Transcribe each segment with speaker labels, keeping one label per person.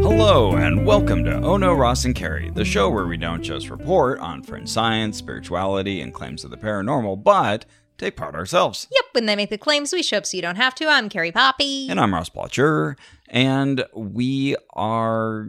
Speaker 1: Hello, and welcome to Oh No Ross and Carrie, the show where we don't just report on fringe science, spirituality, and claims of the paranormal, but take part ourselves.
Speaker 2: Yep, when they make the claims, we show up so you don't have to. I'm Carrie Poppy.
Speaker 1: And I'm Ross Blotcher, and we are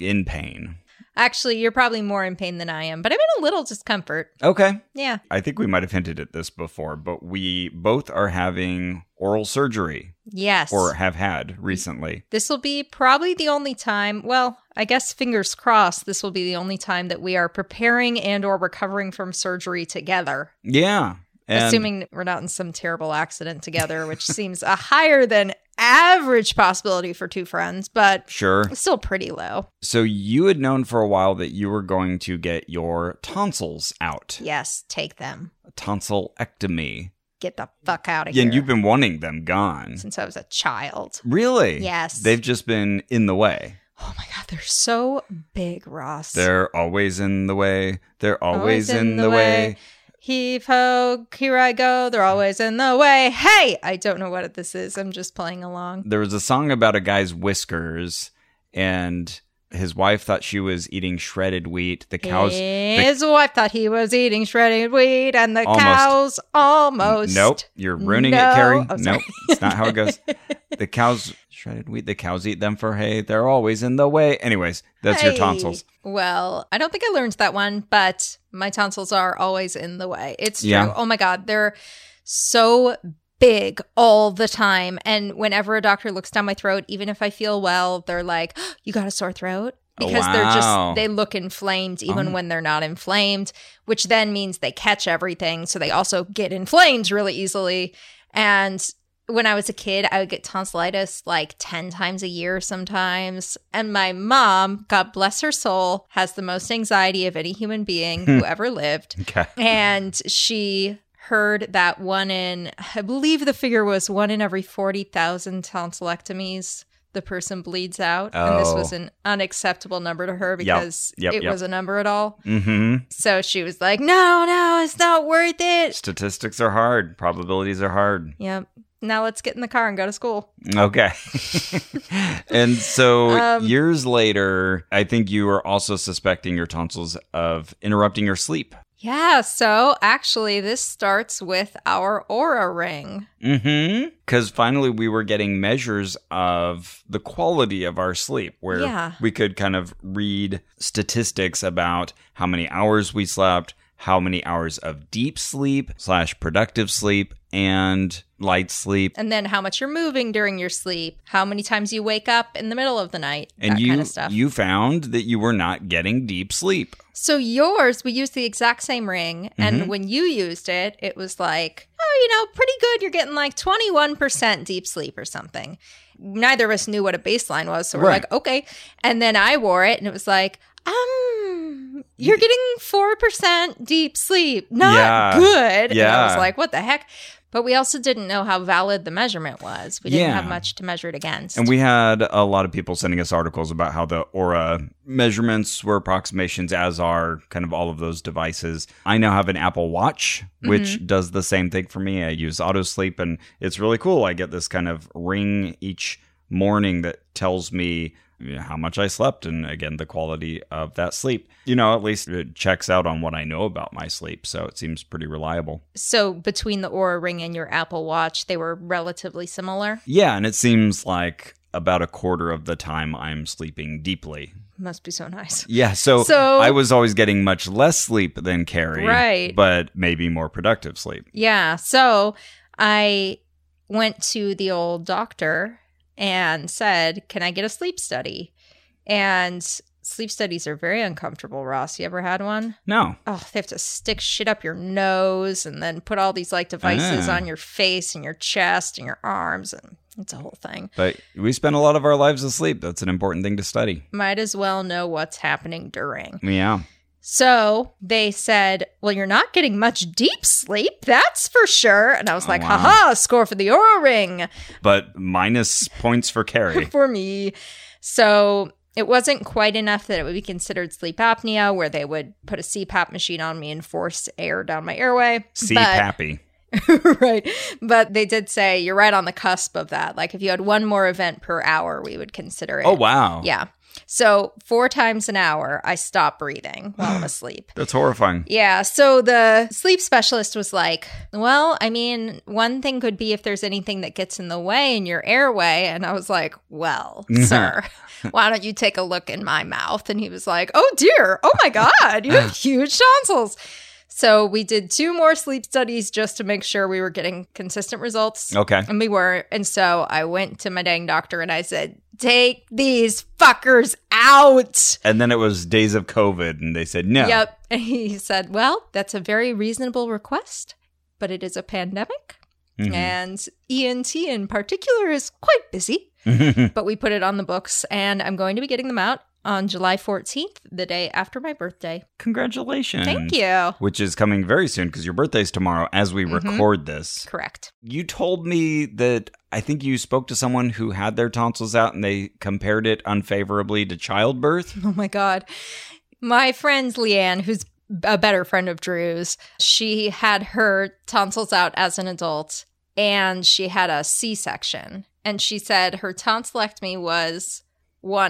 Speaker 1: in pain.
Speaker 2: Actually, you're probably more in pain than I am, but I'm in a little discomfort.
Speaker 1: Okay.
Speaker 2: Yeah.
Speaker 1: I think we might have hinted at this before, but we both are having oral surgery
Speaker 2: Yes.
Speaker 1: or have had recently.
Speaker 2: this will be probably the only time, well, I guess fingers crossed, this will be the only time that we are preparing and or recovering from surgery together.
Speaker 1: Yeah. And
Speaker 2: assuming we're not in some terrible accident together, which seems a higher than average possibility for two friends, but
Speaker 1: Sure.
Speaker 2: still pretty low.
Speaker 1: So you had known for a while that you were going to get your tonsils out,
Speaker 2: Yes, take them.
Speaker 1: tonsillectomy.
Speaker 2: Get the fuck out of
Speaker 1: Yeah,
Speaker 2: here.
Speaker 1: and you've been wanting them gone.
Speaker 2: since I was a child.
Speaker 1: Really?
Speaker 2: Yes.
Speaker 1: They've just been in the way.
Speaker 2: Oh my god, they're so big, Ross.
Speaker 1: They're always in the way. They're always, in, the, way.
Speaker 2: Heave ho, here I go. They're always in the way. Hey, I don't know what this is. I'm just playing along.
Speaker 1: There was a song about a guy's whiskers, and his wife thought she was eating shredded wheat. The cows.
Speaker 2: His wife thought he was eating shredded wheat, and the
Speaker 1: Almost.
Speaker 2: cows almost.
Speaker 1: Nope, you're ruining
Speaker 2: No.
Speaker 1: it, Carrie.
Speaker 2: Oh, sorry.
Speaker 1: nope, it's not how it goes. the cows shredded wheat. The cows eat them for hay. They're always in the way. Anyways, that's your
Speaker 2: Hey.
Speaker 1: tonsils.
Speaker 2: Well, I don't think I learned that one, but my tonsils are always in the way. It's true.
Speaker 1: Yeah.
Speaker 2: Oh my God. They're so big all the time. And whenever a doctor looks down my throat, even if I feel well, they're like, You got a sore throat?
Speaker 1: Oh,
Speaker 2: Because they're
Speaker 1: wow.
Speaker 2: just, they look inflamed even
Speaker 1: Oh.
Speaker 2: when they're not inflamed, which then means they catch everything. So they also get inflamed really easily. And when I was a kid, I would get tonsillitis like 10 times a year sometimes. And my mom, God bless her soul, has the most anxiety of any human being who ever lived.
Speaker 1: Okay.
Speaker 2: And she heard that one in, I believe the figure was one in every 40,000 tonsillectomies. The person bleeds out. And this
Speaker 1: Oh.
Speaker 2: was an unacceptable number to her because
Speaker 1: Yep,
Speaker 2: it
Speaker 1: yep.
Speaker 2: was a number at all.
Speaker 1: Mm-hmm.
Speaker 2: So she was like, no, no, it's not worth it.
Speaker 1: Statistics are hard. Probabilities are hard.
Speaker 2: Yep. Now let's get in the car and go to school.
Speaker 1: Okay. and so
Speaker 2: Um,
Speaker 1: years later, I think you were also suspecting your tonsils of interrupting your sleep.
Speaker 2: Yeah, so actually, this starts with our aura ring.
Speaker 1: Mm-hmm. Because finally, we were getting measures of the quality of our sleep, where
Speaker 2: Yeah.
Speaker 1: we could kind of read statistics about how many hours we slept, how many hours of deep sleep slash productive sleep, and light sleep.
Speaker 2: And then how much you're moving during your sleep, how many times you wake up in the middle of the night,
Speaker 1: And
Speaker 2: that
Speaker 1: you
Speaker 2: kind of stuff.
Speaker 1: you found that you were not getting deep sleep.
Speaker 2: so yours, we used the exact same ring.
Speaker 1: Mm-hmm.
Speaker 2: And when you used it, it was like, oh, you know, pretty good. You're getting like 21% deep sleep or something. Neither of us knew what a baseline was. So we're
Speaker 1: Right.
Speaker 2: like, okay. And then I wore it and it was like, um, you're getting 4% deep sleep. Not
Speaker 1: Yeah.
Speaker 2: good. And I was
Speaker 1: Yeah.
Speaker 2: like, what the heck? But we also didn't know how valid the measurement was. We didn't
Speaker 1: Yeah.
Speaker 2: have much to measure it against.
Speaker 1: And we had a lot of people sending us articles about how the Aura measurements were approximations, as are kind of all of those devices. I now have an Apple Watch, which does the same thing for me. I use Auto Sleep, and it's really cool. I get this kind of ring each morning that tells me you know, how much I slept and again the quality of that sleep. You know, at least it checks out on what I know about my sleep, so it seems pretty reliable.
Speaker 2: so between the Aura Ring and your Apple Watch, they were relatively similar.
Speaker 1: Yeah, and it seems like about a quarter of the time I'm sleeping deeply.
Speaker 2: Must be so nice.
Speaker 1: Yeah, so,
Speaker 2: So-
Speaker 1: I was always getting much less sleep than Carrie,
Speaker 2: Oh. Right.
Speaker 1: But maybe more productive sleep.
Speaker 2: Yeah. So I went to the old doctor and said, Can I get a sleep study? And sleep studies are very uncomfortable, Ross. You ever had one?
Speaker 1: No,
Speaker 2: Oh, they have to stick shit up your nose and then put all these like devices
Speaker 1: Ah.
Speaker 2: on your face and your chest and your arms. And it's a whole thing.
Speaker 1: but we spend a lot of our lives asleep. That's an important thing to study.
Speaker 2: Might as well know what's happening during.
Speaker 1: Yeah,
Speaker 2: So they said, Well, you're not getting much deep sleep, that's for sure. And I was
Speaker 1: Oh,
Speaker 2: like,
Speaker 1: wow.
Speaker 2: Haha, score for the aura ring
Speaker 1: but minus points for Carrie.
Speaker 2: for me. So It wasn't quite enough that it would be considered sleep apnea, where they would put a CPAP machine on me and force air down my airway.
Speaker 1: See
Speaker 2: But-
Speaker 1: Pappy.
Speaker 2: right. But they did say you're right on the cusp of that. Like if you had one more event per hour, we would consider it.
Speaker 1: Oh wow.
Speaker 2: Yeah. So four times an hour, I stop breathing while I'm asleep.
Speaker 1: That's horrifying.
Speaker 2: Yeah. So the sleep specialist was like, Well, I mean, one thing could be if there's anything that gets in the way in your airway. And I was like, Well, sir, why don't you take a look in my mouth? And he was like, Oh dear. Oh my God. You have huge tonsils. So we did two more sleep studies just to make sure we were getting consistent results.
Speaker 1: Okay.
Speaker 2: And we were. And so I went to my dang doctor and I said, Take these fuckers out.
Speaker 1: And then it was days of COVID, and they said no.
Speaker 2: Yep. And he said, Well, that's a very reasonable request, but it is a pandemic.
Speaker 1: Mm-hmm.
Speaker 2: And ENT in particular is quite busy,
Speaker 1: Mhm.
Speaker 2: but we put it on the books, and I'm going to be getting them out on July 14th, the day after my birthday.
Speaker 1: Congratulations.
Speaker 2: Thank you.
Speaker 1: Which is coming very soon because your birthday's tomorrow as we
Speaker 2: Mhm.
Speaker 1: record this.
Speaker 2: Correct.
Speaker 1: You told me that I think you spoke to someone who had their tonsils out and they compared it unfavorably to childbirth.
Speaker 2: Oh my God. My friend Leanne, who's a better friend of Drew's, she had her tonsils out as an adult and she had a C section. And she said her tonsillectomy was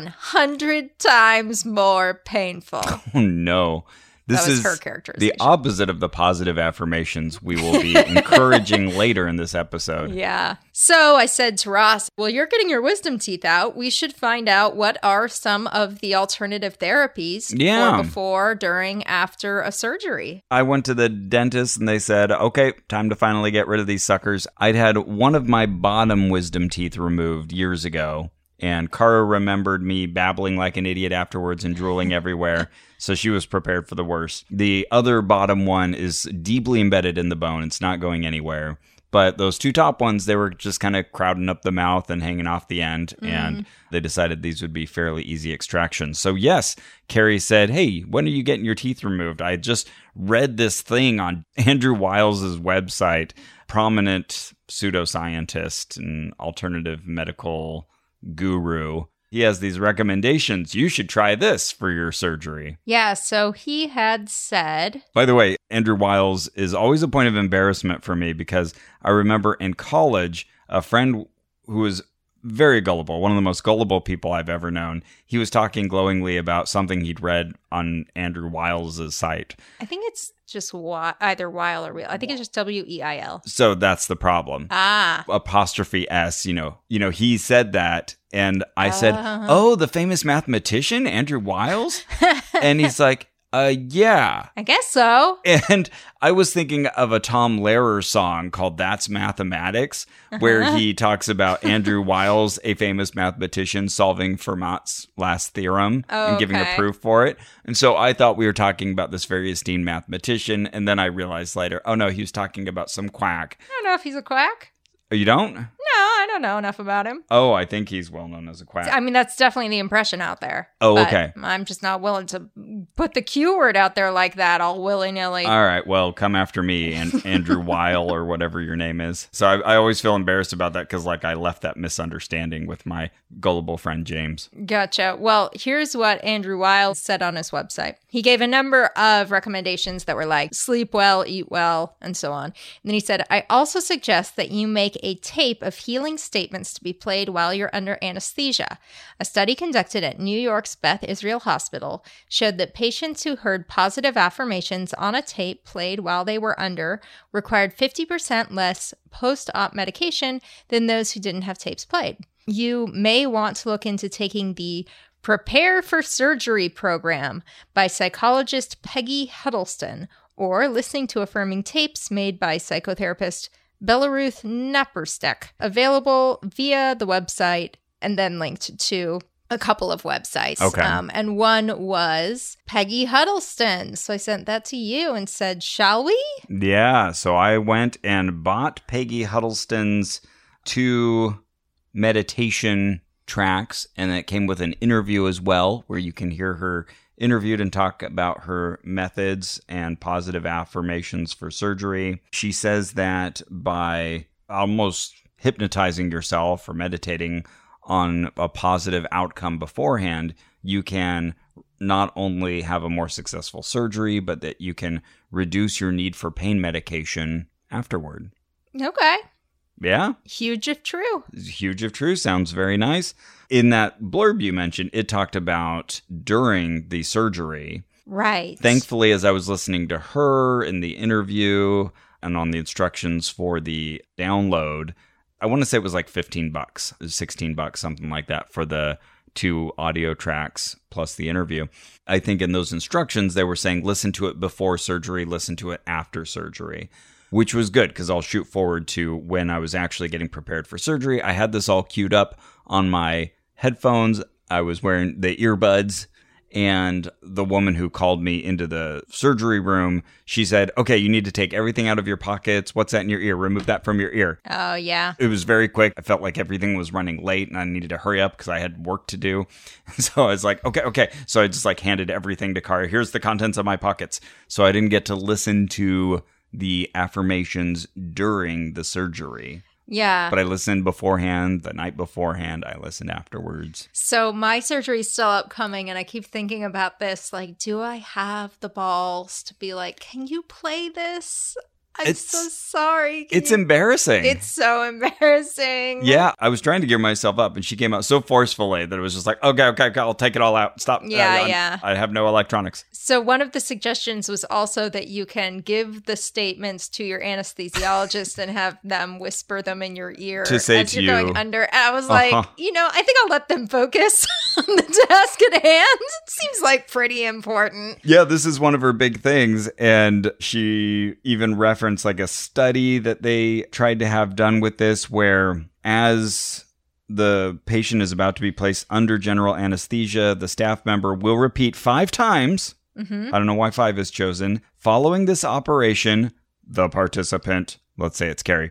Speaker 2: 100 times more painful.
Speaker 1: Oh no. This
Speaker 2: that was
Speaker 1: is
Speaker 2: her
Speaker 1: the
Speaker 2: characterization.
Speaker 1: opposite of the positive affirmations we will be encouraging later in this episode.
Speaker 2: yeah. So I said to Ross, Well, you're getting your wisdom teeth out. We should find out what are some of the alternative therapies
Speaker 1: Yeah.
Speaker 2: for before, during, after a surgery.
Speaker 1: I went to the dentist and they said, okay, time to finally get rid of these suckers. I'd had one of my bottom wisdom teeth removed years ago. And Kara remembered me babbling like an idiot afterwards and drooling everywhere. So she was prepared for the worst. The other bottom one is deeply embedded in the bone, it's not going anywhere. But those two top ones, they were just kind of crowding up the mouth and hanging off the end. And they decided these would be fairly easy extractions. So, yes, Carrie said, Hey, when are you getting your teeth removed? I just read this thing on Andrew Wiles's website, prominent pseudoscientist and alternative medical guru. He has these recommendations. You should try this for your surgery.
Speaker 2: Yeah, so he had said,
Speaker 1: By the way, Andrew Wiles is always a point of embarrassment for me because I remember in college, a friend who was very gullible, one of the most gullible people I've ever known, he was talking glowingly about something he'd read on Andrew Wiles's site.
Speaker 2: I think it's just wi- either while or real. I think it's just W E I L.
Speaker 1: So that's the problem.
Speaker 2: Ah,
Speaker 1: apostrophe s you know you know he said that and i said
Speaker 2: Uh-huh.
Speaker 1: oh the famous mathematician andrew wiles and he's like uh yeah
Speaker 2: I guess so.
Speaker 1: and i was thinking of a tom lehrer song called that's mathematics where he talks about andrew wiles a famous mathematician solving fermat's last theorem and giving a
Speaker 2: Okay.
Speaker 1: proof for it and so i thought we were talking about this very esteemed mathematician and then i realized later oh no he was talking about some quack
Speaker 2: I don't know if he's a quack.
Speaker 1: oh, you don't
Speaker 2: No, I don't know enough about him.
Speaker 1: Oh, I think he's well known as a quack.
Speaker 2: I mean, that's definitely the impression out there.
Speaker 1: Oh,
Speaker 2: but
Speaker 1: okay.
Speaker 2: I'm just not willing to put the Q word out there like that all willy nilly.
Speaker 1: All right, well, come after me, and Andrew Weil or whatever your name is. So I, I always feel embarrassed about that because, like, I left that misunderstanding with my gullible friend James.
Speaker 2: Gotcha. Well, here's what Andrew Weil said on his website. He gave a number of recommendations that were like sleep well, eat well, and so on. And then he said, I also suggest that you make a tape of healing statements to be played while you're under anesthesia. A study conducted at New York's Beth Israel Hospital showed that patients who heard positive affirmations on a tape played while they were under required 50% less post op medication than those who didn't have tapes played you may want to look into taking the Prepare for Surgery program by psychologist Peggy Huddleston or listening to affirming tapes made by psychotherapist Belaruth Napperstek, available via the website and then linked to a couple of websites. Um,
Speaker 1: Okay.
Speaker 2: and one was Peggy Huddleston. So I sent that to you and said, Shall we?
Speaker 1: Yeah, so I went and bought Peggy Huddleston's two meditation tracks, and it came with an interview as well, where you can hear her interviewed and talk about her methods and positive affirmations for surgery. She says that by almost hypnotizing yourself or meditating on a positive outcome beforehand, you can not only have a more successful surgery, but that you can reduce your need for pain medication afterward.
Speaker 2: Okay.
Speaker 1: Yeah?
Speaker 2: Huge if true.
Speaker 1: Huge if true sounds very nice. In that blurb you mentioned, it talked about during the surgery.
Speaker 2: Right.
Speaker 1: Thankfully, as I was listening to her in the interview and on the instructions for the download, I want to say it was like 15 bucks, 16 bucks, something like that for the two audio tracks plus the interview. I think in those instructions, they were saying listen to it before surgery, listen to it after surgery, which was good because I'll shoot forward to when I was actually getting prepared for surgery. I had this all queued up on my headphones, I was wearing the earbuds. And the woman who called me into the surgery room, she said, Okay, you need to take everything out of your pockets. What's that in your ear? Remove that from your ear
Speaker 2: Oh, yeah.
Speaker 1: it was very quick. I felt like everything was running late and I needed to hurry up because I had work to do. So I was like, okay, okay. So I just like handed everything to Kara. Here's the contents of my pockets. So I didn't get to listen to the affirmations during the surgery,
Speaker 2: Yeah.
Speaker 1: but I listened beforehand, the night beforehand. I listened afterwards.
Speaker 2: So my surgery's still upcoming, and I keep thinking about this. Like, do I have the balls to be like, "Can you play this? I'm
Speaker 1: It's-
Speaker 2: so sorry." Can
Speaker 1: It's
Speaker 2: you-"
Speaker 1: embarrassing.
Speaker 2: it's so embarrassing.
Speaker 1: yeah, I was trying to gear myself up, and she came out so forcefully that it was just like, okay, okay, okay, I'll take it all out. Stop.
Speaker 2: Yeah,
Speaker 1: I'm-
Speaker 2: yeah.
Speaker 1: I have no electronics.
Speaker 2: So one of the suggestions was also that you can give the statements to your anesthesiologist and have them whisper them in your ear
Speaker 1: To say
Speaker 2: as
Speaker 1: to
Speaker 2: you're
Speaker 1: you,
Speaker 2: going under. And I was like,
Speaker 1: uh-huh.
Speaker 2: you know, I think I'll let them focus on the task at hand. It seems like pretty important.
Speaker 1: Yeah, this is one of her big things. And she even referenced like a study that they tried to have done with this, where as the patient is about to be placed under general anesthesia, the staff member will repeat five times.
Speaker 2: hmm
Speaker 1: I don't know why five is chosen. Following this operation, the participant, let's say it's Carrie.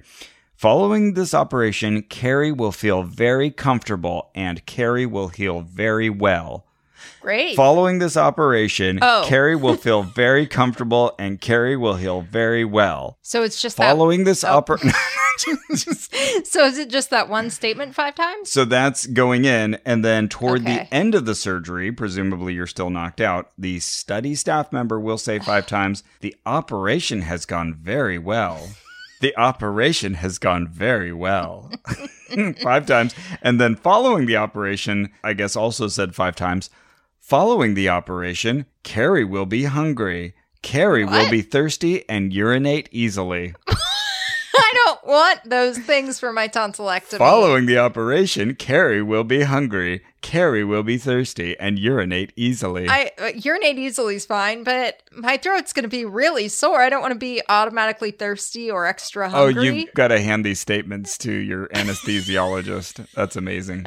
Speaker 1: Following this operation, Carrie will feel very comfortable and Carrie will heal very well.
Speaker 2: Great.
Speaker 1: Following this operation,
Speaker 2: Oh.
Speaker 1: Carrie will feel very comfortable and Carrie will heal very well.
Speaker 2: so it's just that
Speaker 1: Following this
Speaker 2: Oh.
Speaker 1: operation.
Speaker 2: so is it just that one statement five times?
Speaker 1: so that's going in. And then toward
Speaker 2: Okay.
Speaker 1: the end of the surgery, presumably you're still knocked out, the study staff member will say five times, the operation has gone very well. The operation has gone very well. five times. And then following the operation, I guess also said five times. Following the operation, Carrie will be hungry. Carrie
Speaker 2: What?
Speaker 1: will be thirsty and urinate easily.
Speaker 2: I don't want those things for my tonsillectomy.
Speaker 1: Following the operation, Carrie will be hungry. Carrie will be thirsty and urinate easily.
Speaker 2: I uh, urinate easily is fine, but my throat's going to be really sore. I don't want to be automatically thirsty or extra
Speaker 1: oh,
Speaker 2: hungry.
Speaker 1: you've got to hand these statements to your anesthesiologist. That's amazing.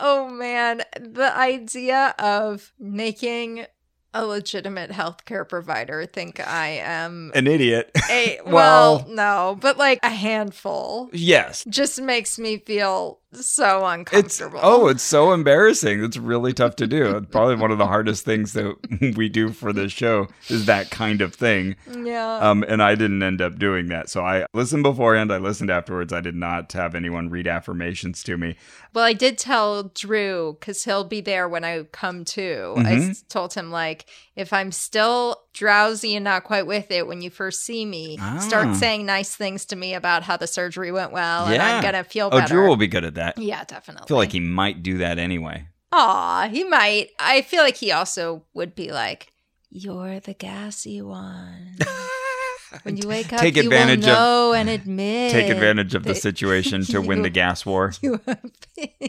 Speaker 2: oh man, the idea of making a legitimate healthcare provider think I am
Speaker 1: An idiot.
Speaker 2: a well,
Speaker 1: Well-
Speaker 2: no, but like a handful
Speaker 1: yes.
Speaker 2: just makes me feel so
Speaker 1: It's
Speaker 2: uncomfortable.
Speaker 1: oh, it's so embarrassing. It's really tough to do. It's probably one of the hardest things that we do for this show is that kind of thing.
Speaker 2: yeah.
Speaker 1: Um, and I didn't end up doing that. So I listened beforehand. I listened afterwards. I did not have anyone read affirmations to me.
Speaker 2: Well, I did tell Drew because he'll be there when I come to. I
Speaker 1: Mhm.
Speaker 2: s- told him like, if I'm still drowsy and not quite with it when you first see me,
Speaker 1: Ah.
Speaker 2: start saying nice things to me about how the surgery went well, and I'm
Speaker 1: Yeah.
Speaker 2: gonna feel
Speaker 1: Oh,
Speaker 2: better.
Speaker 1: Drew will be good at that.
Speaker 2: yeah, definitely.
Speaker 1: I feel like he might do that anyway.
Speaker 2: Aw, he might. I feel like he also would be like, "You're the gassy one." When you wake up,
Speaker 1: Take
Speaker 2: you
Speaker 1: advantage
Speaker 2: will
Speaker 1: of-
Speaker 2: know and admit.
Speaker 1: Take advantage of the
Speaker 2: that
Speaker 1: situation to win the
Speaker 2: you-
Speaker 1: gas war.
Speaker 2: You have,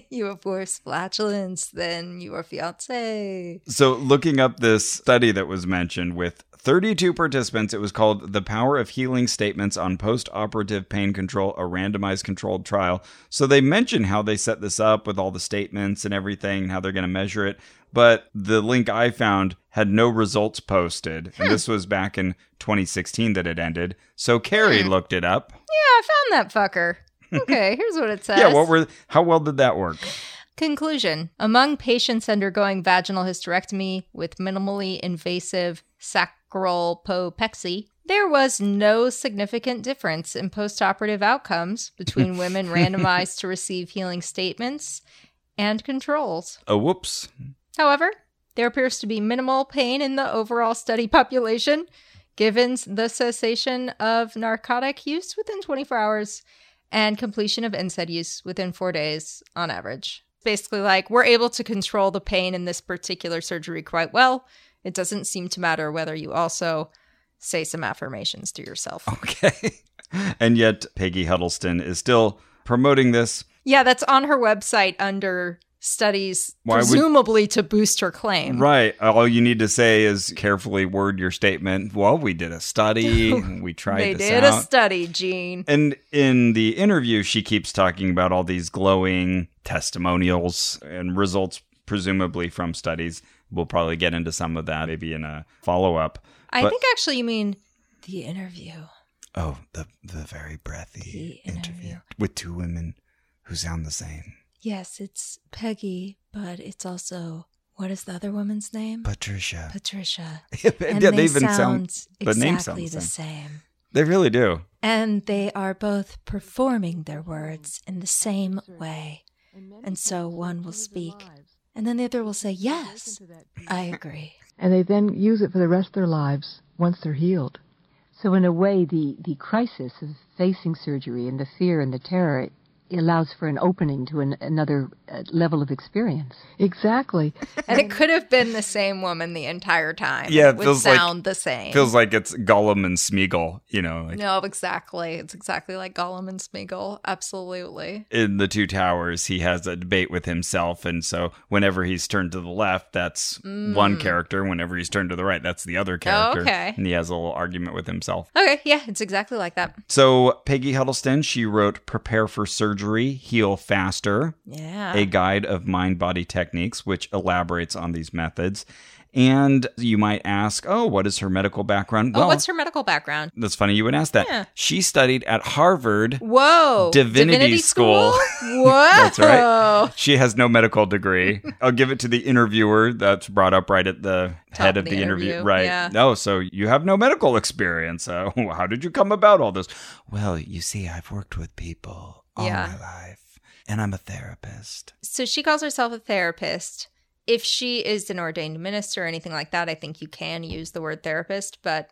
Speaker 2: you have worse flatulence than your fiance.
Speaker 1: So, looking up this study that was mentioned with 32 participants, it was called The Power of Healing Statements on Post Operative Pain Control, a randomized controlled trial. So, they mention how they set this up with all the statements and everything, and how they're going to measure it. But the link I found had no results posted.
Speaker 2: Hmm.
Speaker 1: And this was back in 2016 that it ended. So, Carrie
Speaker 2: Hmm.
Speaker 1: looked it up.
Speaker 2: Yeah, I found that fucker. Okay, here's what it says.
Speaker 1: Yeah, what were, how well did that work?
Speaker 2: Conclusion Among patients undergoing vaginal hysterectomy with minimally invasive sacral popexy, there was no significant difference in postoperative outcomes between women randomized to receive healing statements and controls.
Speaker 1: Oh, whoops.
Speaker 2: However, there appears to be minimal pain in the overall study population given the cessation of narcotic use within 24 hours and completion of NSAID use within four days on average. Basically, like we're able to control the pain in this particular surgery quite well. It doesn't seem to matter whether you also say some affirmations to yourself.
Speaker 1: Oh. Okay. and yet, Peggy Huddleston is still promoting this.
Speaker 2: Yeah, that's on her website under studies,
Speaker 1: Why would-
Speaker 2: presumably to boost her claim.
Speaker 1: Right. All you need to say is carefully word your statement. Well, we did a study. we tried
Speaker 2: They
Speaker 1: this
Speaker 2: did
Speaker 1: out.
Speaker 2: a study, Gene.
Speaker 1: And in the interview, she keeps talking about all these glowing testimonials and results, presumably from studies. We'll probably get into some of that maybe in a follow up.
Speaker 2: I
Speaker 1: But-
Speaker 2: think actually you mean the interview.
Speaker 1: Oh, the, the very breathy
Speaker 2: The interview.
Speaker 1: with two women who sound the same.
Speaker 2: Yes, it's Peggy, but it's also what is the other woman's name?
Speaker 1: Patricia.
Speaker 2: Patricia. And
Speaker 1: yeah,
Speaker 2: they,
Speaker 1: they even sound,
Speaker 2: sound,
Speaker 1: the
Speaker 2: exactly
Speaker 1: name
Speaker 2: the
Speaker 1: sounds the
Speaker 2: same.
Speaker 1: they really do.
Speaker 2: And they are both performing their words in the same way.
Speaker 3: And so one will speak.
Speaker 2: And then the other will say, Yes, I agree.
Speaker 3: And they then use it for the rest of their lives once they're healed.
Speaker 4: So, in a way, the, the crisis of facing surgery and the fear and the terror allows for an opening to an, another uh, level of experience.
Speaker 3: Exactly.
Speaker 2: And it could have been the same woman the entire time.
Speaker 1: Yeah, it
Speaker 2: would
Speaker 1: feels like-
Speaker 2: sound the same.
Speaker 1: Feels like it's Gollum and Smeagol, you know, like
Speaker 2: no, exactly. It's exactly like Gollum and Smeagol. Absolutely.
Speaker 1: in the two towers he has a debate with himself and so whenever he's turned to the left that's one character whenever he's turned to the right that's the other character
Speaker 2: Mm. Oh, okay.
Speaker 1: and he has a little argument with himself
Speaker 2: Okay, yeah, it's exactly like that.
Speaker 1: so peggy huddleston she wrote prepare for surgery heal faster
Speaker 2: Yeah.
Speaker 1: a guide of mind body techniques which elaborates on these methods and you might ask oh what is her medical background
Speaker 2: oh, what's her medical background?
Speaker 1: that's funny you would ask that
Speaker 2: Yeah.
Speaker 1: she studied at harvard
Speaker 2: Whoa.
Speaker 1: Divinity School.
Speaker 2: Whoa.
Speaker 1: That's right. She has no medical degree. I'll give it to the interviewer that's brought up right at the
Speaker 2: Top
Speaker 1: head
Speaker 2: of
Speaker 1: of
Speaker 2: the
Speaker 1: the, interview.
Speaker 2: interview,
Speaker 1: Right.
Speaker 2: yeah.
Speaker 1: No, so you have no medical experience. Uh, how did you come about all this? Well, you see, I've worked with people all
Speaker 2: Yeah.
Speaker 1: my life, and I'm a therapist.
Speaker 2: So she calls herself a therapist. If she is an ordained minister or anything like that, I think you can use the word therapist. But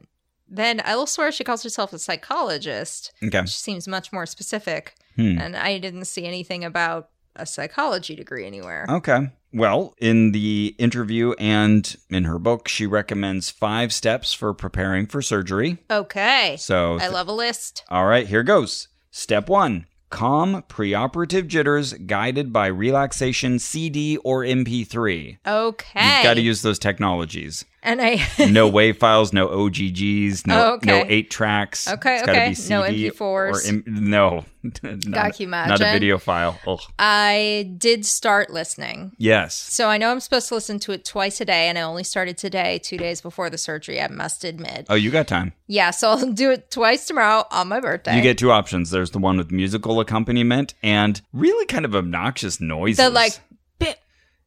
Speaker 2: then elsewhere, she calls herself a psychologist.
Speaker 1: Okay.
Speaker 2: She seems much more specific.
Speaker 1: Hmm.
Speaker 2: And I didn't see anything about a psychology degree anywhere.
Speaker 1: Okay. Well, in the interview and in her book, she recommends five steps for preparing for surgery.
Speaker 2: Okay.
Speaker 1: So
Speaker 2: I love a list.
Speaker 1: All right, here goes. Step one calm preoperative jitters guided by relaxation CD or MP3.
Speaker 2: Okay.
Speaker 1: You've got to use those technologies.
Speaker 2: And I.
Speaker 1: No WAV files, no OGGs, no
Speaker 2: Oh, okay.
Speaker 1: no eight tracks.
Speaker 2: Okay,
Speaker 1: It's gotta
Speaker 2: okay.
Speaker 1: Be
Speaker 2: No
Speaker 1: CD
Speaker 2: MP4s.
Speaker 1: Or M- no, not,
Speaker 2: Gotta
Speaker 1: not a
Speaker 2: imagine.
Speaker 1: video file. Ugh.
Speaker 2: I did start listening.
Speaker 1: Yes.
Speaker 2: So I know I'm supposed to listen to it twice a day, and I only started today, two days before the surgery, I must admit.
Speaker 1: Oh, you got time.
Speaker 2: Yeah, so I'll do it twice tomorrow on my birthday.
Speaker 1: You get two options. There's the one with musical accompaniment and really kind of obnoxious noises.
Speaker 2: the like bit,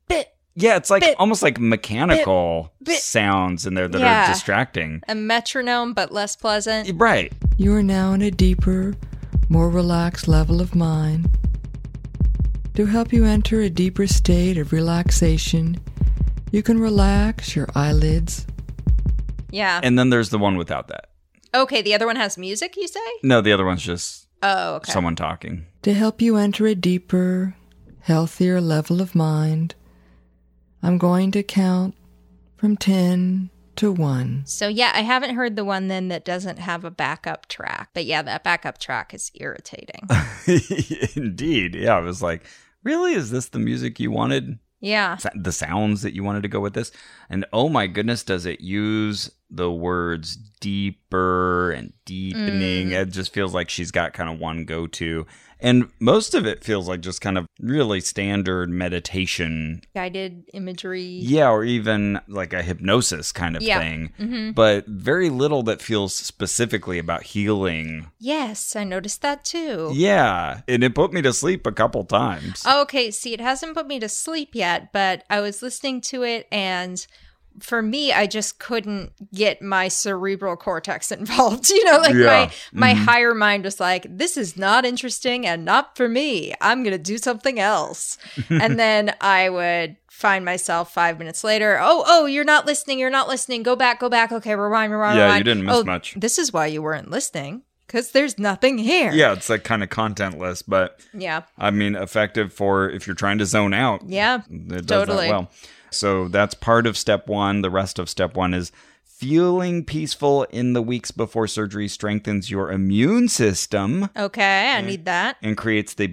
Speaker 2: bit,
Speaker 1: yeah, it's like
Speaker 2: bit,
Speaker 1: almost like mechanical
Speaker 2: bit.
Speaker 1: sounds in there that
Speaker 2: Yeah.
Speaker 1: are distracting.
Speaker 2: a metronome, but less pleasant.
Speaker 1: Right.
Speaker 5: You are now in a deeper, more relaxed level of mind. To help you enter a deeper state of relaxation, you can relax your eyelids,
Speaker 2: Yeah.
Speaker 1: And then there's the one without that.
Speaker 2: okay, the other one has music, you say?
Speaker 1: No, the other one's just
Speaker 2: Oh, okay.
Speaker 1: someone talking.
Speaker 5: To help you enter a deeper, healthier level of mind, I'm going to count from 10 to 1.
Speaker 2: So yeah, I haven't heard the one then that doesn't have a backup track. But yeah, that backup track is irritating.
Speaker 1: Indeed. Yeah, I was like, really? Is this the music you wanted?
Speaker 2: yeah.
Speaker 1: Sa- The sounds that you wanted to go with this? And oh my goodness, does it use the words deeper and deepening?
Speaker 2: Mm.
Speaker 1: It just feels like she's got kind of one go to. And most of it feels like just kind of really standard meditation.
Speaker 2: Guided imagery.
Speaker 1: Yeah, or even like a hypnosis kind of
Speaker 2: Yeah.
Speaker 1: thing.
Speaker 2: hmm
Speaker 1: but very little that feels specifically about healing.
Speaker 2: Yes, I noticed that too.
Speaker 1: Yeah, and it put me to sleep a couple times.
Speaker 2: Oh, Okay, see, it hasn't put me to sleep yet, but I was listening to it and for me, I just couldn't get my cerebral cortex involved. You know, like
Speaker 1: Yeah.
Speaker 2: my my
Speaker 1: Mhm.
Speaker 2: higher mind was like, "This is not interesting and not for me. I'm gonna do something else." and then I would find myself five minutes later, "Oh, oh, you're not listening. You're not listening. Go back. Go back. Okay, rewind, rewind,
Speaker 1: Yeah, you
Speaker 2: rewind.
Speaker 1: didn't miss
Speaker 2: Oh,
Speaker 1: much."
Speaker 2: This is why you weren't listening because there's nothing here.
Speaker 1: Yeah, it's like kind of contentless, but
Speaker 2: yeah,
Speaker 1: I mean, effective for if you're trying to zone out.
Speaker 2: yeah.
Speaker 1: It does
Speaker 2: Totally.
Speaker 1: that well. So that's part of step one. The rest of step one is feeling peaceful in the weeks before surgery strengthens your immune system
Speaker 2: Okay,
Speaker 1: Mm.
Speaker 2: I need that.
Speaker 1: and creates the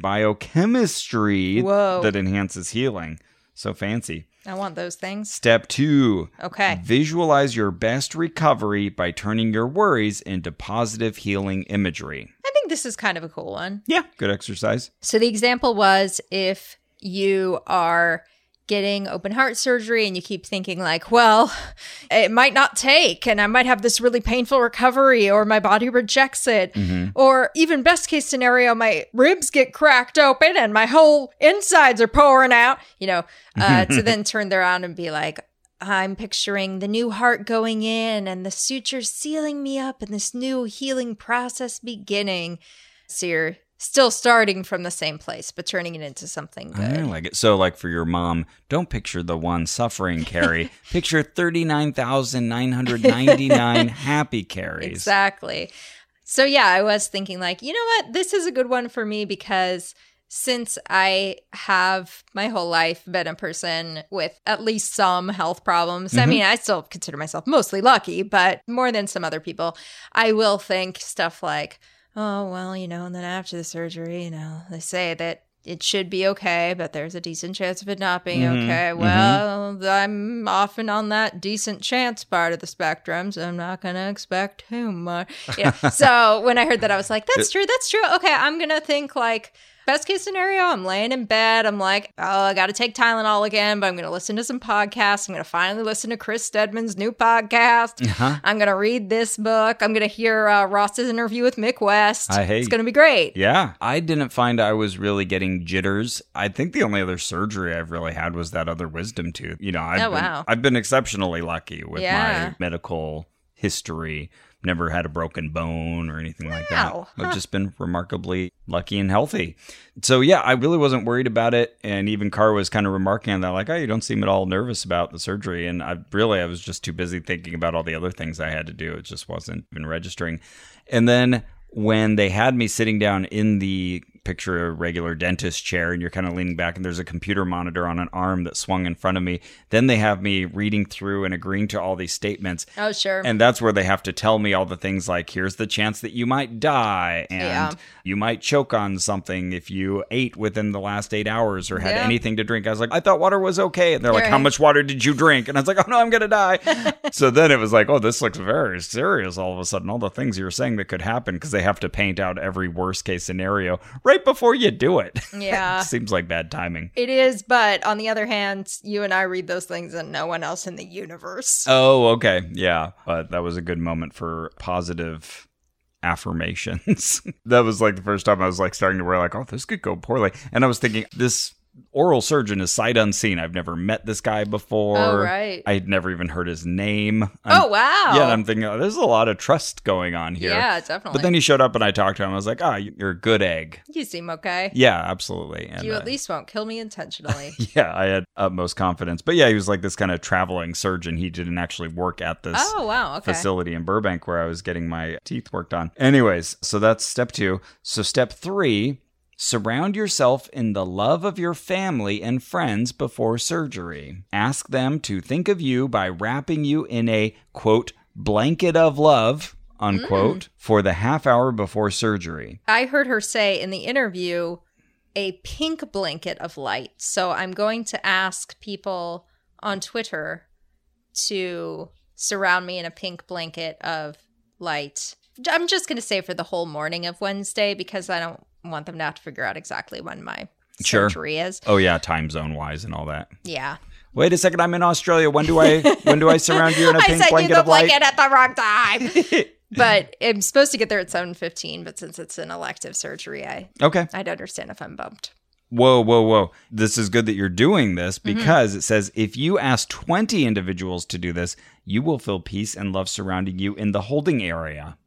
Speaker 1: biochemistry
Speaker 2: Whoa.
Speaker 1: that enhances healing. So fancy.
Speaker 2: I want those things.
Speaker 1: Step two.
Speaker 2: Okay.
Speaker 1: Visualize your best recovery by turning your worries into positive healing imagery.
Speaker 2: I think this is kind of a cool one.
Speaker 1: Yeah. Good exercise.
Speaker 2: So the example was if you are getting open heart surgery and you keep thinking like, well, it might not take and I might have this really painful recovery or my body rejects it or even best case scenario my ribs get cracked open and my whole insides are pouring out, you know, uh, to then turn around and be like, I'm picturing the new heart going in and the suture sealing me up and this new healing process beginning. So you're still starting from the same place, but turning it into something
Speaker 1: I
Speaker 2: good.
Speaker 1: like it. So, like for your mom, don't picture the one suffering Carrie. picture 39,999 happy Carries.
Speaker 2: Exactly. So yeah, I was thinking like, you know what? This is a good one for me because since I have my whole life been a person with at least some health problems, I mean, I still consider myself mostly lucky, but more than some other people, I will think stuff like, oh, well, you know, and then after the surgery, you know, they say that it should be okay, but there's a decent chance of it not being
Speaker 1: Mhm,
Speaker 2: okay.
Speaker 1: mhm.
Speaker 2: Well, Uh, I'm often on that decent chance part of the spectrum, so I'm not going to expect too much. Yeah. so when I heard that, I was like, that's true. That's true. Okay. I'm going to think like, Best case scenario, I'm laying in bed. I'm like, oh, I got to take Tylenol again, but I'm going to listen to some podcasts. I'm going to finally listen to Chris Stedman's new podcast.
Speaker 1: Uh-huh.
Speaker 2: I'm going to read this book. I'm going to hear uh, Ross's interview with Mick West.
Speaker 1: I hate-
Speaker 2: It's going to be great.
Speaker 1: Yeah. I didn't find I was really getting jitters. I think the only other surgery I've really had was that other wisdom tooth. You know, I've,
Speaker 2: Oh,
Speaker 1: been,
Speaker 2: wow.
Speaker 1: I've been exceptionally lucky with
Speaker 2: Yeah.
Speaker 1: my medical history. Never had a broken bone or anything like
Speaker 2: Wow.
Speaker 1: that. I've
Speaker 2: Huh.
Speaker 1: just been remarkably lucky and healthy. So, yeah, I really wasn't worried about it. And even Carr was kind of remarking on that, like, oh, you don't seem at all nervous about the surgery. And I really, I was just too busy thinking about all the other things I had to do. It just wasn't even registering. And then when they had me sitting down in the picture a regular dentist chair and you're kind of leaning back and there's a computer monitor on an arm that swung in front of me then they have me reading through and agreeing to all these statements
Speaker 2: Oh, sure.
Speaker 1: and that's where they have to tell me all the things like here's the chance that you might die and
Speaker 2: Yeah.
Speaker 1: you might choke on something if you ate within the last eight hours or had
Speaker 2: Yeah.
Speaker 1: anything to drink. I was like, I thought water was okay. And they're like, How
Speaker 2: Right.
Speaker 1: much water did you drink? And I was like, Oh no, I'm gonna die. so then it was like, Oh, this looks very serious all of a sudden. All the things you're saying that could happen because they have to paint out every worst case scenario right before you do it.
Speaker 2: Yeah.
Speaker 1: Seems like bad timing.
Speaker 2: it is, but on the other hand, you and I read those things and no one else in the universe.
Speaker 1: Oh, okay. Yeah. But that was a good moment for positive affirmations. that was like the first time I was like starting to worry, like, oh, this could go poorly. And I was thinking, this oral surgeon is sight unseen. I've never met this guy before.
Speaker 2: Oh, right.
Speaker 1: I had never even heard his name. I'm-
Speaker 2: oh, wow.
Speaker 1: Yeah, and I'm thinking, oh, there's a lot of trust going on here.
Speaker 2: Yeah, definitely.
Speaker 1: But then he showed up and I talked to him. I was like, ah, you're a good egg.
Speaker 2: you seem okay.
Speaker 1: Yeah, absolutely. And,
Speaker 2: you
Speaker 1: uh,
Speaker 2: at least won't kill me intentionally.
Speaker 1: yeah, I had utmost confidence. But yeah, he was like this kind of traveling surgeon. He didn't actually work at this
Speaker 2: oh, wow. Okay.
Speaker 1: facility in Burbank where I was getting my teeth worked on. Anyways, so that's step two. So, step three surround yourself in the love of your family and friends before surgery. Ask them to think of you by wrapping you in a quote, blanket of love. Unquote
Speaker 2: Mm.
Speaker 1: for the half hour before surgery.
Speaker 2: I heard her say in the interview a pink blanket of light. So I'm going to ask people on Twitter to surround me in a pink blanket of light. I'm just going to say for the whole morning of Wednesday because I don't want them to have to figure out exactly when my
Speaker 1: Sure.
Speaker 2: surgery is.
Speaker 1: Oh yeah, time zone wise and all that.
Speaker 2: Yeah.
Speaker 1: Wait a second, I'm in Australia. When do I when do I surround you in a
Speaker 2: I
Speaker 1: pink
Speaker 2: sent you
Speaker 1: blanket
Speaker 2: the
Speaker 1: of light?
Speaker 2: blanket at the wrong time. but I'm supposed to get there at 7:15, but since it's an elective surgery, I
Speaker 1: Okay.
Speaker 2: I'd understand if I'm bumped.
Speaker 1: Whoa, whoa, whoa. This is good that you're doing this because it says if you ask 20 individuals to do this, you will feel peace and love surrounding you in the holding area.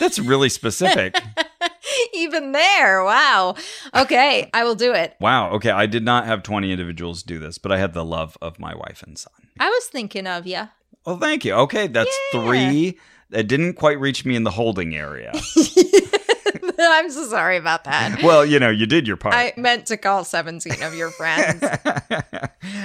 Speaker 1: That's really specific.
Speaker 2: Even there. Wow. Okay. I will do it.
Speaker 1: Wow. Okay. I did not have 20 individuals do this, but I had the love of my wife and son.
Speaker 2: I was thinking of you.
Speaker 1: Oh, thank you. Okay. That's three. That didn't quite reach me in the holding area.
Speaker 2: I'm so sorry about that.
Speaker 1: well, you know, you did your part.
Speaker 2: I meant to call 17 of your friends.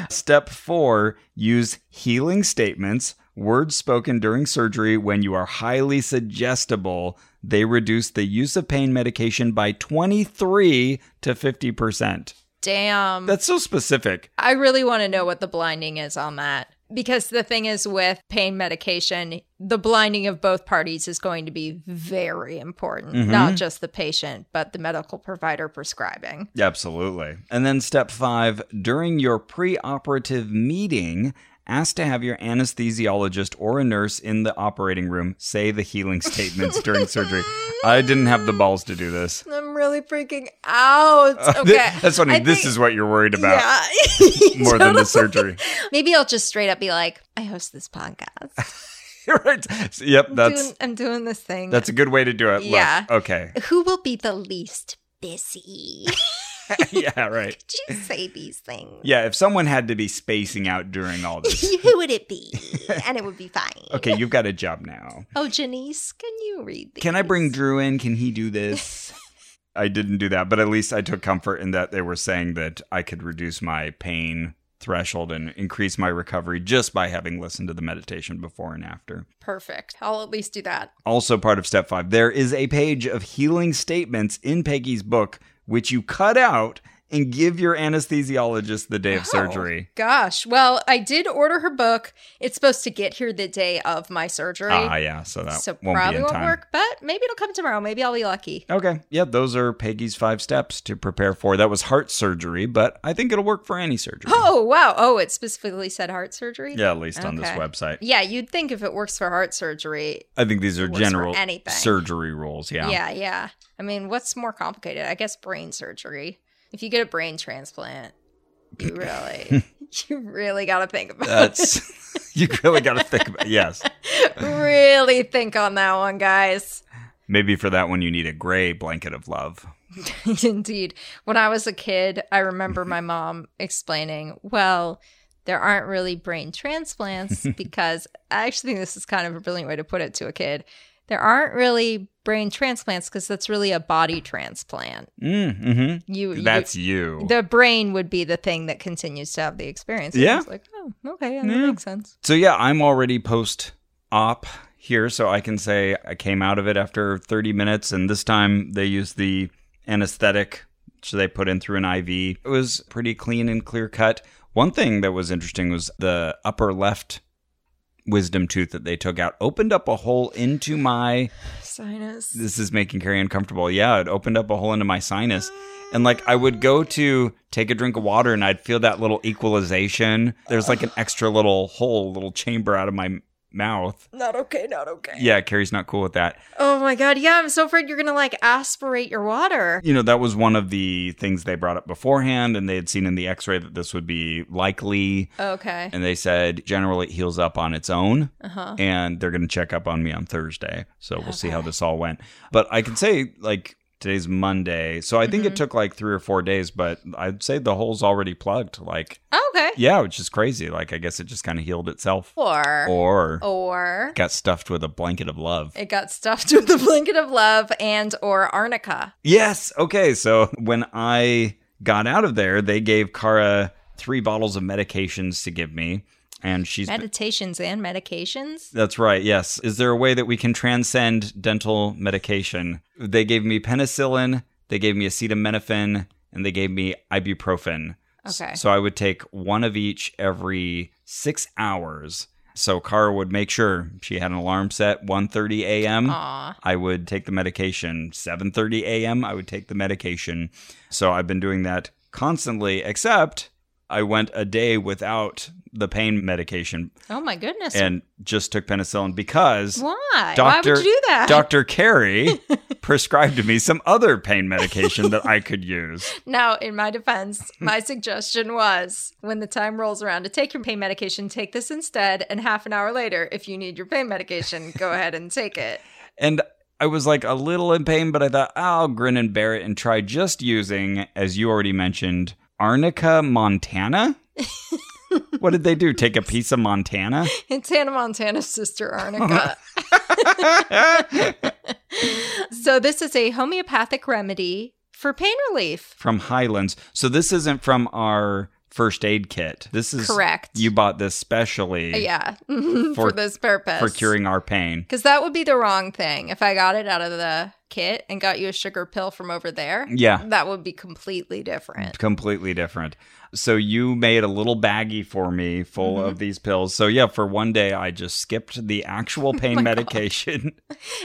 Speaker 1: Step four use healing statements, words spoken during surgery when you are highly suggestible. They reduce the use of pain medication by 23 to 50%.
Speaker 2: Damn.
Speaker 1: That's so specific.
Speaker 2: I really want to know what the blinding is on that. Because the thing is, with pain medication, the blinding of both parties is going to be very important,
Speaker 1: Mm-hmm.
Speaker 2: not just the patient, but the medical provider prescribing.
Speaker 1: Absolutely. And then step five during your preoperative meeting, ask to have your anesthesiologist or a nurse in the operating room say the healing statements during surgery. I didn't have the balls to do this.
Speaker 2: I'm really freaking out.
Speaker 1: Th-
Speaker 2: Okay.
Speaker 1: That's funny.
Speaker 2: I
Speaker 1: this
Speaker 2: think-
Speaker 1: is what you're worried about
Speaker 2: Yeah.
Speaker 1: more than the surgery.
Speaker 2: Maybe I'll just straight up be like, I host this podcast.
Speaker 1: You're right. So, yep,
Speaker 2: I'm
Speaker 1: that's
Speaker 2: doing, I'm doing this thing.
Speaker 1: that's a good way to do it. Look,
Speaker 2: Yeah.
Speaker 1: okay.
Speaker 2: Who will be the least busy?
Speaker 1: yeah, right.
Speaker 2: Did you say these things?
Speaker 1: Yeah, if someone had to be spacing out during all this.
Speaker 2: Who would it be? And it would be fine.
Speaker 1: Okay, you've got a job now.
Speaker 2: Oh, Janice, can you read these?
Speaker 1: Can I bring Drew in? Can he do this? I didn't do that, but at least I took comfort in that they were saying that I could reduce my pain threshold and increase my recovery just by having listened to the meditation before and after.
Speaker 2: Perfect. I'll at least do that.
Speaker 1: Also, part of step five, there is a page of healing statements in Peggy's book, which you cut out and give your anesthesiologist the
Speaker 2: Oh,
Speaker 1: day of surgery.
Speaker 2: Gosh. Well, I did order her book. It's supposed to get here the day of my surgery.
Speaker 1: Ah, yeah. So that
Speaker 2: so
Speaker 1: won't be
Speaker 2: probably
Speaker 1: in
Speaker 2: won't
Speaker 1: time.
Speaker 2: work, but maybe it'll come tomorrow. Maybe I'll be lucky.
Speaker 1: Okay. Yeah, those are Peggy's five steps to prepare for. That was heart surgery, but I think it'll work for any surgery.
Speaker 2: Oh, wow. Oh, it specifically said heart surgery?
Speaker 1: Yeah, at least on this
Speaker 2: Okay.
Speaker 1: website.
Speaker 2: Yeah, you'd think if it works for heart surgery.
Speaker 1: I think these are
Speaker 2: Works for
Speaker 1: general
Speaker 2: anything.
Speaker 1: surgery rules. Yeah.
Speaker 2: Yeah. yeah, I mean, what's more complicated? I guess brain surgery. If you get a brain transplant, you really, you really got to think about it.
Speaker 1: That's you really got to think about. Yes.
Speaker 2: really think on that one, guys.
Speaker 1: Maybe for that one you need a gray blanket of love.
Speaker 2: Indeed. When I was a kid, I remember my mom explaining, well, there aren't really brain transplants because I actually think this is kind of a brilliant way to put it to a kid. There aren't really brain transplants because that's really a body transplant.
Speaker 1: Mm,
Speaker 2: You,
Speaker 1: hmm
Speaker 2: you-
Speaker 1: That's you.
Speaker 2: the brain would be the thing that continues to have the experience. And I
Speaker 1: Yeah.
Speaker 2: was like, oh, okay, yeah, that
Speaker 1: Yeah.
Speaker 2: makes sense.
Speaker 1: So yeah, I'm already post op here, so I can say I came out of it after 30 minutes, and this time they used the anesthetic, so they put in through an IV. It was pretty clean and clear cut. One thing that was interesting was the upper left wisdom tooth that they took out opened up a hole into my
Speaker 2: Sinus.
Speaker 1: this is making Carrie uncomfortable. Yeah, it opened up a hole into my sinus. And like I would go to take a drink of water and I'd feel that little equalization. There's like an extra little hole, little chamber out of my m- mouth.
Speaker 2: Not okay, not okay.
Speaker 1: Yeah, Carrie's not cool with that.
Speaker 2: Oh my god, yeah, I'm so afraid you're gonna like aspirate your water.
Speaker 1: You know, that was one of the things they brought up beforehand and they had seen in the x-ray that this would be likely
Speaker 2: Okay.
Speaker 1: and they said generally it heals up on its own.
Speaker 2: Uh huh.
Speaker 1: and they're going to check up on me on Thursday. So we'll see how this all went. But I can say like today's Monday, so I think it took like three or four days, but I'd say the hole's already plugged. Like
Speaker 2: Oh, Okay.
Speaker 1: yeah, which is crazy. Like I guess it just kind of healed itself,
Speaker 2: Or
Speaker 1: or
Speaker 2: or
Speaker 1: got stuffed with a blanket of love.
Speaker 2: it got stuffed with the blanket of love and or arnica.
Speaker 1: Yes. Okay. So when I got out of there, they gave Kara three bottles of medications to give me. And she's
Speaker 2: Meditations and medications.
Speaker 1: That's right. Yes. Is there a way that we can transcend dental medication? They gave me penicillin, they gave me acetaminophen, and they gave me ibuprofen. S-
Speaker 2: Okay.
Speaker 1: So I would take one of each every 6 hours. So Cara would make sure she had an alarm set 1:30 a.m.
Speaker 2: Aw.
Speaker 1: I would take the medication 7:30 a.m. I would take the medication. So I've been doing that constantly except I went a day without the pain medication
Speaker 2: Oh my goodness.
Speaker 1: and just took penicillin because
Speaker 2: Why? Why
Speaker 1: Doctor
Speaker 2: would you do that?
Speaker 1: Dr. Carey prescribed to me some other pain medication that I could use.
Speaker 2: Now, in my defense, my suggestion was when the time rolls around to take your pain medication, take this instead. And half an hour later, if you need your pain medication, go ahead and take it.
Speaker 1: And I was like a little in pain, but I thought I'll grin and bear it and try just using, as you already mentioned, Arnica Montana. what did they do? Take a piece of Montana?
Speaker 2: It's Hannah Montana's sister, Arnica. so, this is a homeopathic remedy for pain relief.
Speaker 1: from Highlands. So this isn't from our first aid kit. This is
Speaker 2: Correct. Uh,
Speaker 1: You bought this specially
Speaker 2: Yeah, Mm-hmm. for,
Speaker 1: For-
Speaker 2: this purpose.
Speaker 1: for curing our pain.
Speaker 2: Because that would be the wrong thing. If I got it out of the kit and got you a sugar pill from over there,
Speaker 1: Yeah,
Speaker 2: that would be completely different.
Speaker 1: completely different. So you made a little baggie for me full of these pills. So yeah, for one day I just skipped the actual pain medication.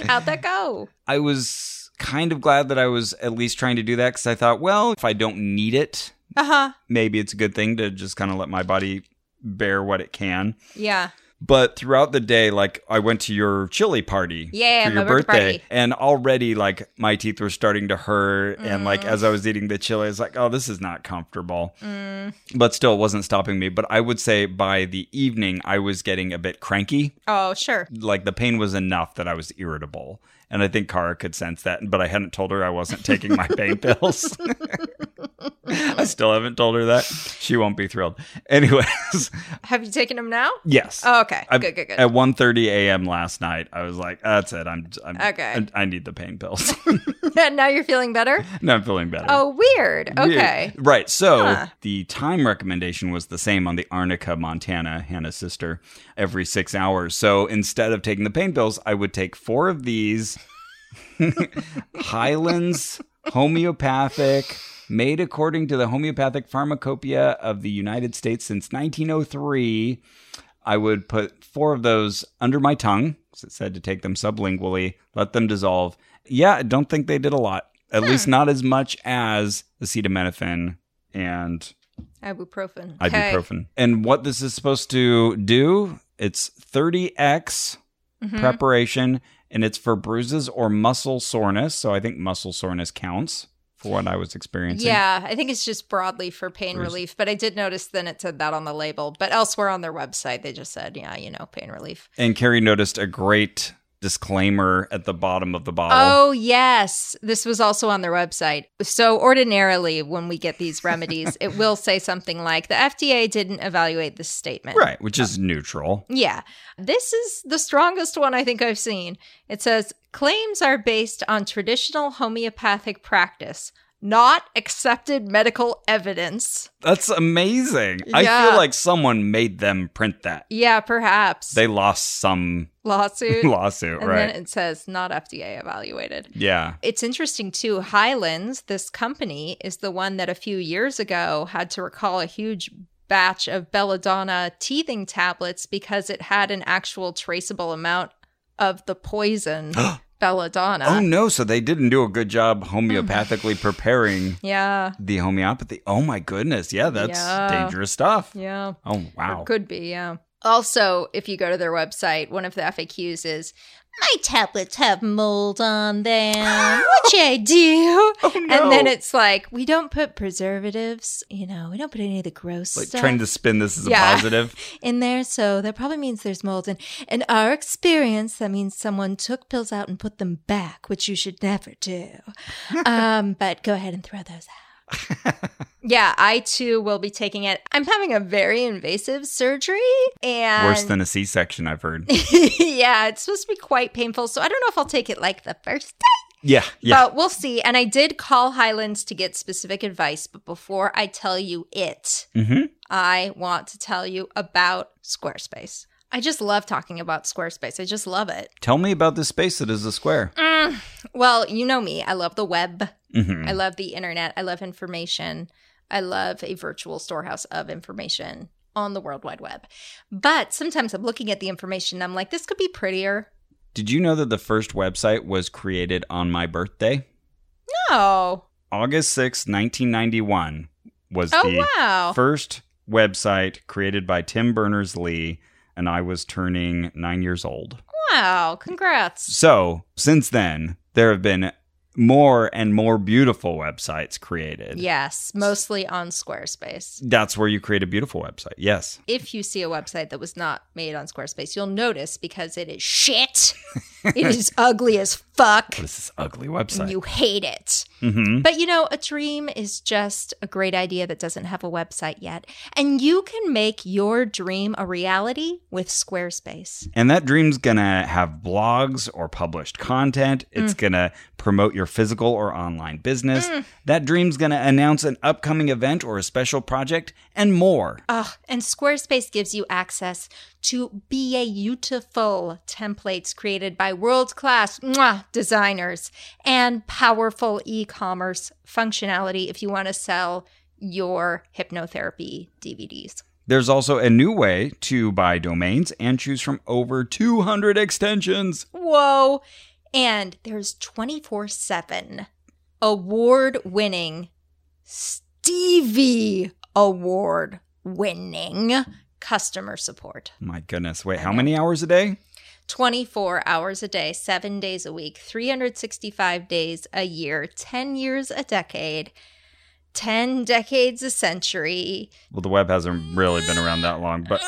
Speaker 2: How'd that go?
Speaker 1: I was kind of glad that I was at least trying to do that cuz I thought, well, if I don't need it,
Speaker 2: Uh huh.
Speaker 1: maybe it's a good thing to just kind of let my body bear what it can.
Speaker 2: Yeah.
Speaker 1: But throughout the day, like I went to your chili party,
Speaker 2: Yeah,
Speaker 1: for
Speaker 2: my
Speaker 1: your
Speaker 2: birthday
Speaker 1: birthday,
Speaker 2: party.
Speaker 1: and already like my teeth were starting to hurt, and like
Speaker 2: Mm.
Speaker 1: as I was eating the chili, I was like, "Oh, this is not comfortable."
Speaker 2: Mm.
Speaker 1: But still, it wasn't stopping me. But I would say by the evening, I was getting a bit cranky.
Speaker 2: Oh, sure.
Speaker 1: Like the pain was enough that I was irritable, and I think Kara could sense that. But I hadn't told her I wasn't taking my pain pills. I still haven't told her that. She won't be thrilled. Anyways,
Speaker 2: Have you taken them now?
Speaker 1: yes.
Speaker 2: Oh, okay.
Speaker 1: I-
Speaker 2: good, good, good.
Speaker 1: At 1:30 a.m. last night, I was like, "That's it. I'm, I'm
Speaker 2: Okay.
Speaker 1: I, I need the pain pills.
Speaker 2: And now you're feeling better?
Speaker 1: now I'm feeling better."
Speaker 2: Oh, weird.
Speaker 1: Weird.
Speaker 2: Okay.
Speaker 1: Right. So
Speaker 2: Huh.
Speaker 1: the time recommendation was the same on the Arnica Montana, Hannah's sister, every six hours. So instead of taking the pain pills, I would take four of these Highlands homeopathic, made according to the homeopathic pharmacopoeia of the United States since 1903. I would put four of those under my tongue. 'cause It said to take them sublingually, let them dissolve. Yeah, I don't think they did a lot. At least not as much as acetaminophen and
Speaker 2: Ibuprofen. Okay.
Speaker 1: ibuprofen. And what this is supposed to do, it's 30x
Speaker 2: Mhm.
Speaker 1: preparation and it's for bruises or muscle soreness. So I think muscle soreness counts for what I was experiencing.
Speaker 2: Yeah, I think it's just broadly for pain
Speaker 1: Bruise.
Speaker 2: relief, but I did notice then it said that on the label, but elsewhere on their website they just said, yeah, you know, pain relief.
Speaker 1: And Carrie noticed a great disclaimer at the bottom of the bottle.
Speaker 2: Oh, yes. This was also on their website. So, ordinarily, when we get these remedies, it will say something like the FDA didn't evaluate this statement.
Speaker 1: Right, which is neutral.
Speaker 2: Yeah. This is the strongest one I think I've seen. It says claims are based on traditional homeopathic practice, not accepted medical evidence.
Speaker 1: That's amazing. I
Speaker 2: Yeah.
Speaker 1: feel like someone made them print that.
Speaker 2: Yeah, perhaps.
Speaker 1: They lost some
Speaker 2: Lawsuit.
Speaker 1: lawsuit,
Speaker 2: and
Speaker 1: right?
Speaker 2: then it says not FDA evaluated.
Speaker 1: yeah.
Speaker 2: It's interesting too. Highlands, this company, is the one that a few years ago had to recall a huge batch of belladonna teething tablets because it had an actual traceable amount of the poison belladonna.
Speaker 1: oh no, so they didn't do a good job homeopathically preparing
Speaker 2: Yeah,
Speaker 1: the homeopathy. Oh my goodness. Yeah, that's
Speaker 2: Yeah.
Speaker 1: dangerous stuff.
Speaker 2: yeah.
Speaker 1: Oh
Speaker 2: Or
Speaker 1: wow.
Speaker 2: could be, yeah. Also, if you go to their website, one of the FAQs is my tablets have mold on them, which I do.
Speaker 1: Oh,
Speaker 2: And then
Speaker 1: no.
Speaker 2: it's like, we don't put preservatives, you know, we don't put any of the gross
Speaker 1: like
Speaker 2: stuff
Speaker 1: trying to spin this as a
Speaker 2: Yeah.
Speaker 1: positive.
Speaker 2: in there. So that probably means there's mold. And in our experience, that means someone took pills out and put them back, which you should never do. um, but go ahead and throw those out. yeah, I too will be taking it. I'm having a very invasive surgery and
Speaker 1: Worse than a C section, I've heard.
Speaker 2: yeah, it's supposed to be quite painful. So I don't know if I'll take it like the first
Speaker 1: yeah, yeah.
Speaker 2: but we'll see. And I did call Highlands to get specific advice, but before I tell you it,
Speaker 1: hmm
Speaker 2: I want to tell you about Squarespace. I just love talking about Squarespace. I just love it.
Speaker 1: Tell me about this space that is a square.
Speaker 2: Mm. Well, you know me. I love the web.
Speaker 1: hmm
Speaker 2: I love the internet. I love information. I love a virtual storehouse of information on the World Wide Web. But sometimes I'm looking at the information and I'm like, this could be prettier.
Speaker 1: Did you know that the first website was created on my birthday?
Speaker 2: No.
Speaker 1: August sixth, nineteen 1991 was
Speaker 2: Oh,
Speaker 1: the
Speaker 2: wow.
Speaker 1: first website created by Tim Berners Lee, and I was turning nine years old.
Speaker 2: Wow, congrats.
Speaker 1: So since then, there have been more and more beautiful websites created.
Speaker 2: Yes, mostly on Squarespace.
Speaker 1: That's where you create a beautiful website. Yes.
Speaker 2: If you see a website that was not made on Squarespace, you'll notice because it is shit. it is ugly as fuck.
Speaker 1: What is this ugly
Speaker 2: And
Speaker 1: website?
Speaker 2: you hate it.
Speaker 1: mm-hmm.
Speaker 2: But you know, a dream is just a great idea that doesn't have a website yet. And you can make your dream a reality with Squarespace.
Speaker 1: And that dream's gonna have blogs or published content. It's gonna promote your physical or online business. That dream's gonna announce an upcoming event or a special project and more.
Speaker 2: Ugh, Ah, and Squarespace gives you access to beautiful templates created by world class designers and powerful e commerce functionality if you want to sell your hypnotherapy DVDs.
Speaker 1: There's also a new way to buy domains and choose from over 200 extensions.
Speaker 2: Whoa. And there's 24 7 award winning, Stevie Award winning customer support.
Speaker 1: My goodness. Wait, how many hours a day?
Speaker 2: 24 hours a day, seven days a week, 365 days a year, 10 years a decade, 10 decades a century.
Speaker 1: Well, the web hasn't really been around that long, but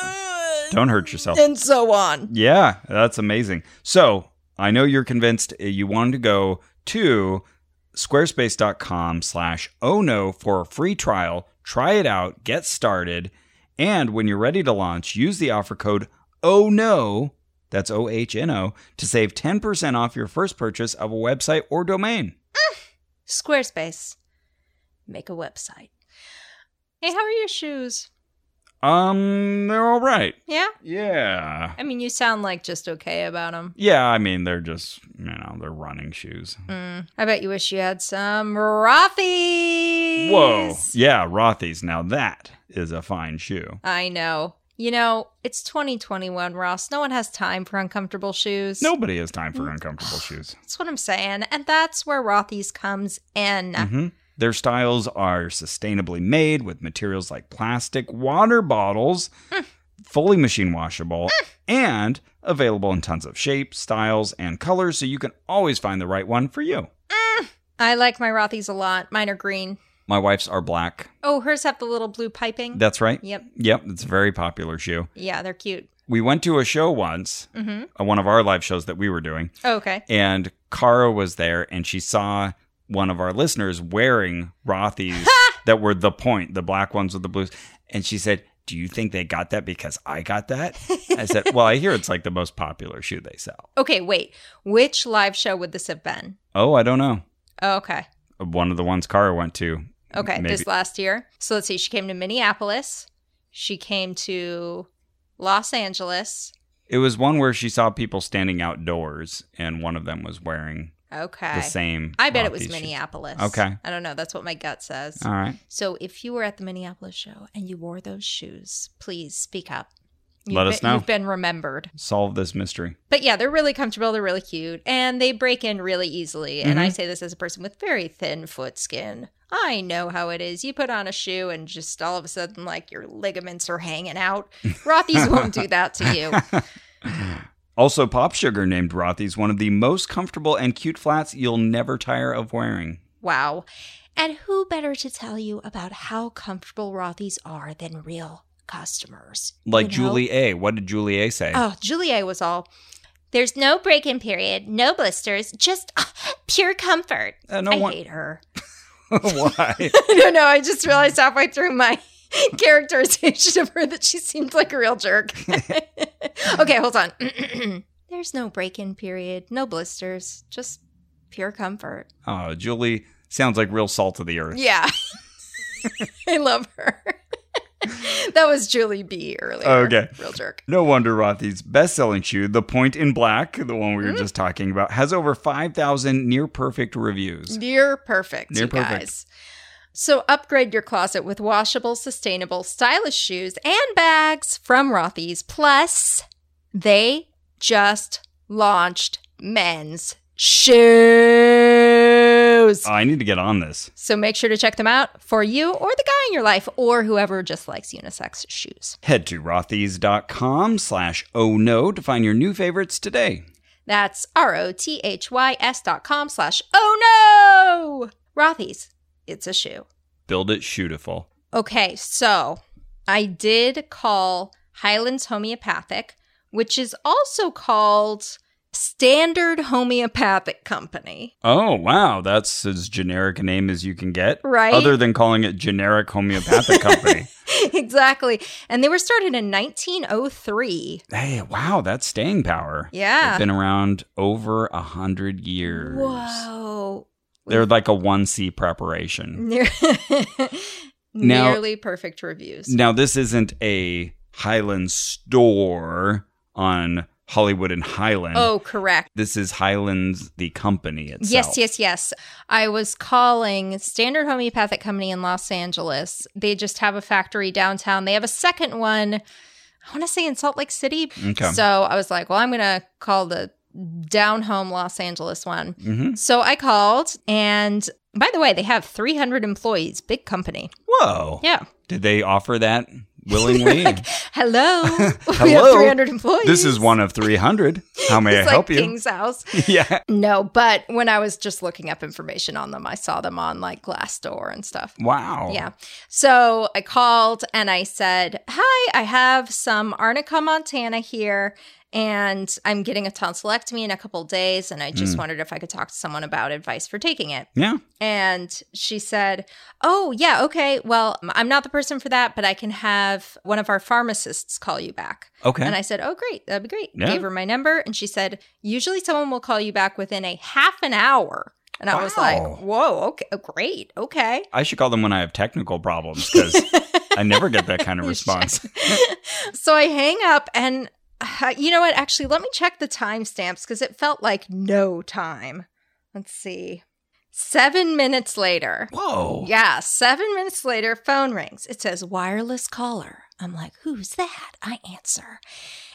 Speaker 1: don't hurt yourself.
Speaker 2: And so on.
Speaker 1: Yeah, that's amazing. So I know you're convinced uh, you wanted to go to squarespace.com slash oh no for a free trial. Try it out, get started. And when you're ready to launch, use the offer code oh no, that's O H N O, to save 10% off your first purchase of a website or domain.
Speaker 2: Squarespace, make a website. Hey, how are your shoes?
Speaker 1: Um, they're all right.
Speaker 2: Yeah?
Speaker 1: Yeah.
Speaker 2: I mean, you sound like just okay about them.
Speaker 1: Yeah, I mean, they're just, you know, they're running shoes.
Speaker 2: Mm. I bet you wish you had some Rothy's.
Speaker 1: Whoa. Yeah, Rothy's. Now that is a fine shoe.
Speaker 2: I know. You know, it's 2021, Ross. No one has time for uncomfortable shoes.
Speaker 1: Nobody has time
Speaker 2: Mm.
Speaker 1: for uncomfortable shoes.
Speaker 2: That's what I'm saying. And that's where Rothy's comes in.
Speaker 1: hmm Their styles are sustainably made with materials like plastic, water bottles,
Speaker 2: Mm.
Speaker 1: fully machine washable, and available in tons of shapes, styles, and colors so you can always find the right one for you.
Speaker 2: I like my Rothy's a lot. Mine are green.
Speaker 1: My wife's are black.
Speaker 2: Oh, hers have the little blue piping.
Speaker 1: That's right.
Speaker 2: Yep.
Speaker 1: Yep, it's a very popular shoe.
Speaker 2: yeah, they're cute.
Speaker 1: We went to a show once,
Speaker 2: Mm-hmm.
Speaker 1: uh, one of our live shows that we were doing,
Speaker 2: Oh, okay.
Speaker 1: and Kara was there and she saw one of our listeners wearing Rothy's that were the point, the black ones with the blues. And she said, Do you think they got that because I got that? I said, Well, I hear it's like the most popular shoe they sell.
Speaker 2: Okay, wait. Which live show would this have been?
Speaker 1: Oh, I don't know.
Speaker 2: Okay.
Speaker 1: One of the ones Kara went to.
Speaker 2: Okay,
Speaker 1: Maybe.
Speaker 2: this last year. So let's see. She came to Minneapolis. She came to Los Angeles.
Speaker 1: It was one where she saw people standing outdoors and one of them was wearing
Speaker 2: Okay.
Speaker 1: the same.
Speaker 2: I bet it was
Speaker 1: Rothy's shoe.
Speaker 2: Minneapolis.
Speaker 1: Okay.
Speaker 2: I don't know. That's what my gut says.
Speaker 1: All right.
Speaker 2: So if you were at the Minneapolis show and you wore those shoes, please speak up.
Speaker 1: Let us
Speaker 2: been,
Speaker 1: know.
Speaker 2: You've been remembered.
Speaker 1: Solve this mystery.
Speaker 2: But yeah, they're really comfortable. They're really cute. And they break in really easily. And
Speaker 1: Mm-hmm.
Speaker 2: I say this as a person with very thin foot skin. I know how it is. You put on a shoe and just all of a sudden, like your ligaments are hanging out. Rothy's won't do that to you.
Speaker 1: Also, Pop Sugar named Rothy's one of the most comfortable and cute flats you'll never tire of wearing.
Speaker 2: Wow. And who better to tell you about how comfortable Rothy's are than real customers? you
Speaker 1: Like
Speaker 2: know?
Speaker 1: Julie A. What did Julie A say?
Speaker 2: Oh, Julia was all. There's no break in period, no blisters, just uh, pure comfort.
Speaker 1: Uh, no
Speaker 2: I
Speaker 1: one-
Speaker 2: hate her.
Speaker 1: Why?
Speaker 2: I don't know. I just realized halfway through my characterization of her that she seemed like a real jerk. okay, hold on. There's no break in period, no blisters, just pure comfort.
Speaker 1: Oh, Julie sounds like real salt of the earth.
Speaker 2: Yeah. I love her. that was Julie B earlier.
Speaker 1: Okay.
Speaker 2: Real jerk.
Speaker 1: No wonder Rothy's best selling shoe, the Point in Black, the one
Speaker 2: Mm.
Speaker 1: we were just talking about, has over 5,000 near perfect reviews.
Speaker 2: Near perfect,
Speaker 1: Near
Speaker 2: you
Speaker 1: perfect.
Speaker 2: guys. So upgrade your closet with washable, sustainable, stylish shoes and bags from Rothy's. Plus, they just launched men's shoes.
Speaker 1: I I need to get on this.
Speaker 2: So make sure to check them out for you or the guy in your life or whoever just likes unisex shoes.
Speaker 1: Head to rothys.com slash oh no to find your new favorites today.
Speaker 2: That's R O T H Y S dot com slash oh no! Rothy's, it's a shoe.
Speaker 1: Build it shootiful.
Speaker 2: Okay, so I did call Highlands Homeopathic, which is also called Standard Homeopathic Company.
Speaker 1: Oh, wow. That's as generic a name as you can get.
Speaker 2: Right?
Speaker 1: Other than calling it generic homeopathic company.
Speaker 2: exactly. And they were started in 1903.
Speaker 1: Hey, wow. That's staying power.
Speaker 2: Yeah.
Speaker 1: They've been around over a hundred years.
Speaker 2: Whoa. Mm.
Speaker 1: They're like a 1C preparation.
Speaker 2: Near-
Speaker 1: Now-
Speaker 2: Nearly perfect reviews.
Speaker 1: Now, this isn't a Highland store on Hollywood and Highland.
Speaker 2: Oh, correct.
Speaker 1: This is Highlands, the company itself.
Speaker 2: Yes, yes, yes. I was calling Standard Homeopathic Company in Los Angeles. They just have a factory downtown. They have a second one, I want to say in Salt Lake City.
Speaker 1: Okay.
Speaker 2: So I was like, well, I'm going to call the down home Los Angeles one.
Speaker 1: Mhm.
Speaker 2: So I called, and by the way, they have 300 employees, big company.
Speaker 1: Whoa.
Speaker 2: Yeah.
Speaker 1: Did they offer that willingly?
Speaker 2: Hello. We have
Speaker 1: Hello.
Speaker 2: 300 employees.
Speaker 1: this is one of 300. How may I
Speaker 2: It's
Speaker 1: help
Speaker 2: like
Speaker 1: you?
Speaker 2: King's House.
Speaker 1: yeah.
Speaker 2: No, but when I was just looking up information on them, I saw them on like Glassdoor and stuff.
Speaker 1: Wow.
Speaker 2: Yeah. So I called and I said, Hi, I have some Arnica Montana here and I'm getting a tonsillectomy in a couple days. And I
Speaker 1: Mm.
Speaker 2: just wondered if I could talk to someone about advice for taking it.
Speaker 1: Yeah.
Speaker 2: And she said, Oh, yeah, okay. Well, I'm not the person for that, but I can have one of our pharmacists call you back.
Speaker 1: Okay.
Speaker 2: And I said, Oh, great. That'd be great.
Speaker 1: Yeah.
Speaker 2: Gave her my number. And she said, Usually someone will call you back within a half an hour. And I was like,
Speaker 1: Wow.
Speaker 2: Whoa, okay, great. Okay.
Speaker 1: I should call them when I have technical problems because I never get that kind of
Speaker 2: You
Speaker 1: response.
Speaker 2: so I hang up and uh, you know what? Actually, let me check the timestamps because it felt like no time. Let's see. Seven minutes later.
Speaker 1: Whoa.
Speaker 2: Yeah, seven minutes later, phone rings. It says wireless caller. I'm like, who's that? I answer.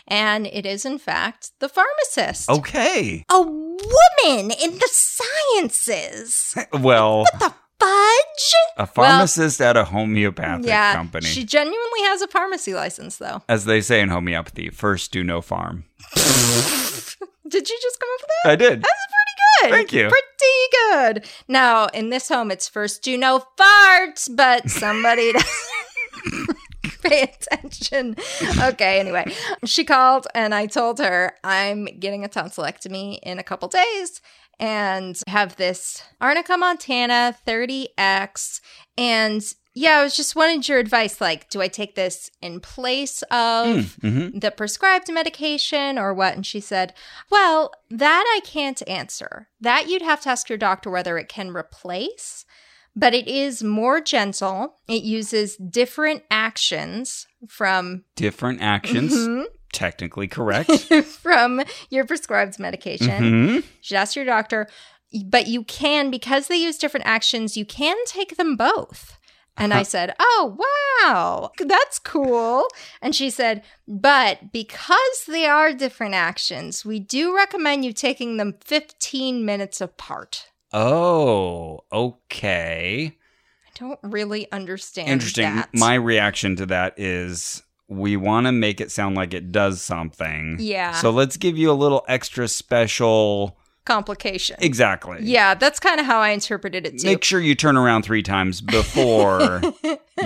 Speaker 2: And it is, in fact, the pharmacist.
Speaker 1: Okay.
Speaker 2: A woman in the sciences.
Speaker 1: Well,
Speaker 2: Fudge?
Speaker 1: a pharmacist at a homeopathic
Speaker 2: yeah.
Speaker 1: company.
Speaker 2: She genuinely has a pharmacy license, though.
Speaker 1: As they say in homeopathy, first do no farm.
Speaker 2: Did you just come up with that?
Speaker 1: I did.
Speaker 2: That's pretty good.
Speaker 1: Thank you.
Speaker 2: Pretty good. Now, in this home, it's first do no farts, but somebody doesn't pay attention. Okay, anyway, she called and I told her I'm getting a tonsillectomy in a couple days and have this Arnica Montana 30X. And yeah, I was just wanted your advice. Like, do I take this in place of
Speaker 1: hmm
Speaker 2: the prescribed medication or what? And she said, Well, that I can't answer. That you'd have to ask your doctor whether it can replace, but it is more gentle. It uses different actions from
Speaker 1: Different actions.
Speaker 2: Mhm.
Speaker 1: Technically correct.
Speaker 2: from your prescribed medication.
Speaker 1: hmm
Speaker 2: Should ask your doctor. But you can, because they use different actions, you can take them both. And
Speaker 1: Uh-huh.
Speaker 2: I said, Oh, wow, that's cool. And she said, But because they are different actions, we do recommend you taking them 15 minutes apart.
Speaker 1: Oh, okay.
Speaker 2: I don't really understand.
Speaker 1: Interesting.
Speaker 2: that.
Speaker 1: My reaction to that is we want to make it sound like it does something.
Speaker 2: Yeah.
Speaker 1: So let's give you a little extra special.
Speaker 2: complication.
Speaker 1: Exactly.
Speaker 2: Yeah, that's kind of how I interpreted it too.
Speaker 1: Make sure you turn around three times before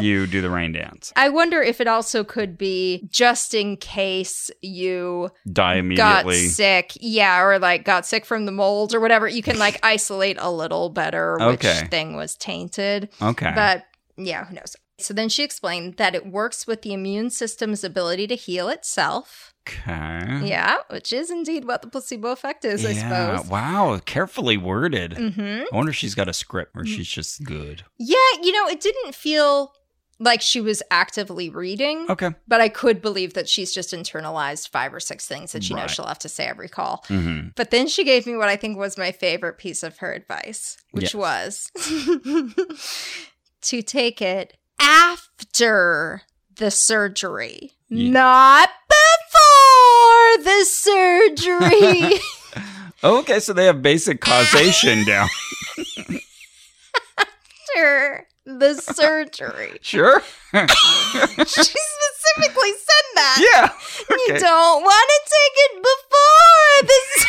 Speaker 1: you do the rain dance.
Speaker 2: I wonder if it also could be just in case you
Speaker 1: Die
Speaker 2: got
Speaker 1: immediately.
Speaker 2: sick, yeah, or like got sick from the mold or whatever, you can like isolate a little better which
Speaker 1: Okay.
Speaker 2: thing was tainted.
Speaker 1: Okay.
Speaker 2: But yeah, who knows? So then she explained that it works with the immune system's ability to heal itself.
Speaker 1: okay.
Speaker 2: Yeah, which is indeed what the placebo effect is, I
Speaker 1: Hmm. Yeah.
Speaker 2: suppose.
Speaker 1: Wow. Carefully worded.
Speaker 2: hmm
Speaker 1: I wonder if she's got a script
Speaker 2: Mm-hmm.
Speaker 1: or she's just good.
Speaker 2: Yeah, you know, it didn't feel like she was actively reading,
Speaker 1: Okay.
Speaker 2: but I could believe that she's just internalized five or six things that she
Speaker 1: Right.
Speaker 2: knows she'll have to say every call.
Speaker 1: hmm
Speaker 2: But then she gave me what I think was my favorite piece of her advice, which
Speaker 1: Yes.
Speaker 2: was to take it after the surgery,
Speaker 1: Yeah.
Speaker 2: not before the surgery.
Speaker 1: Okay. So they have basic causation down.
Speaker 2: after the surgery.
Speaker 1: Sure.
Speaker 2: she specifically said that.
Speaker 1: yeah.
Speaker 2: You
Speaker 1: Okay.
Speaker 2: don't want to take it before this.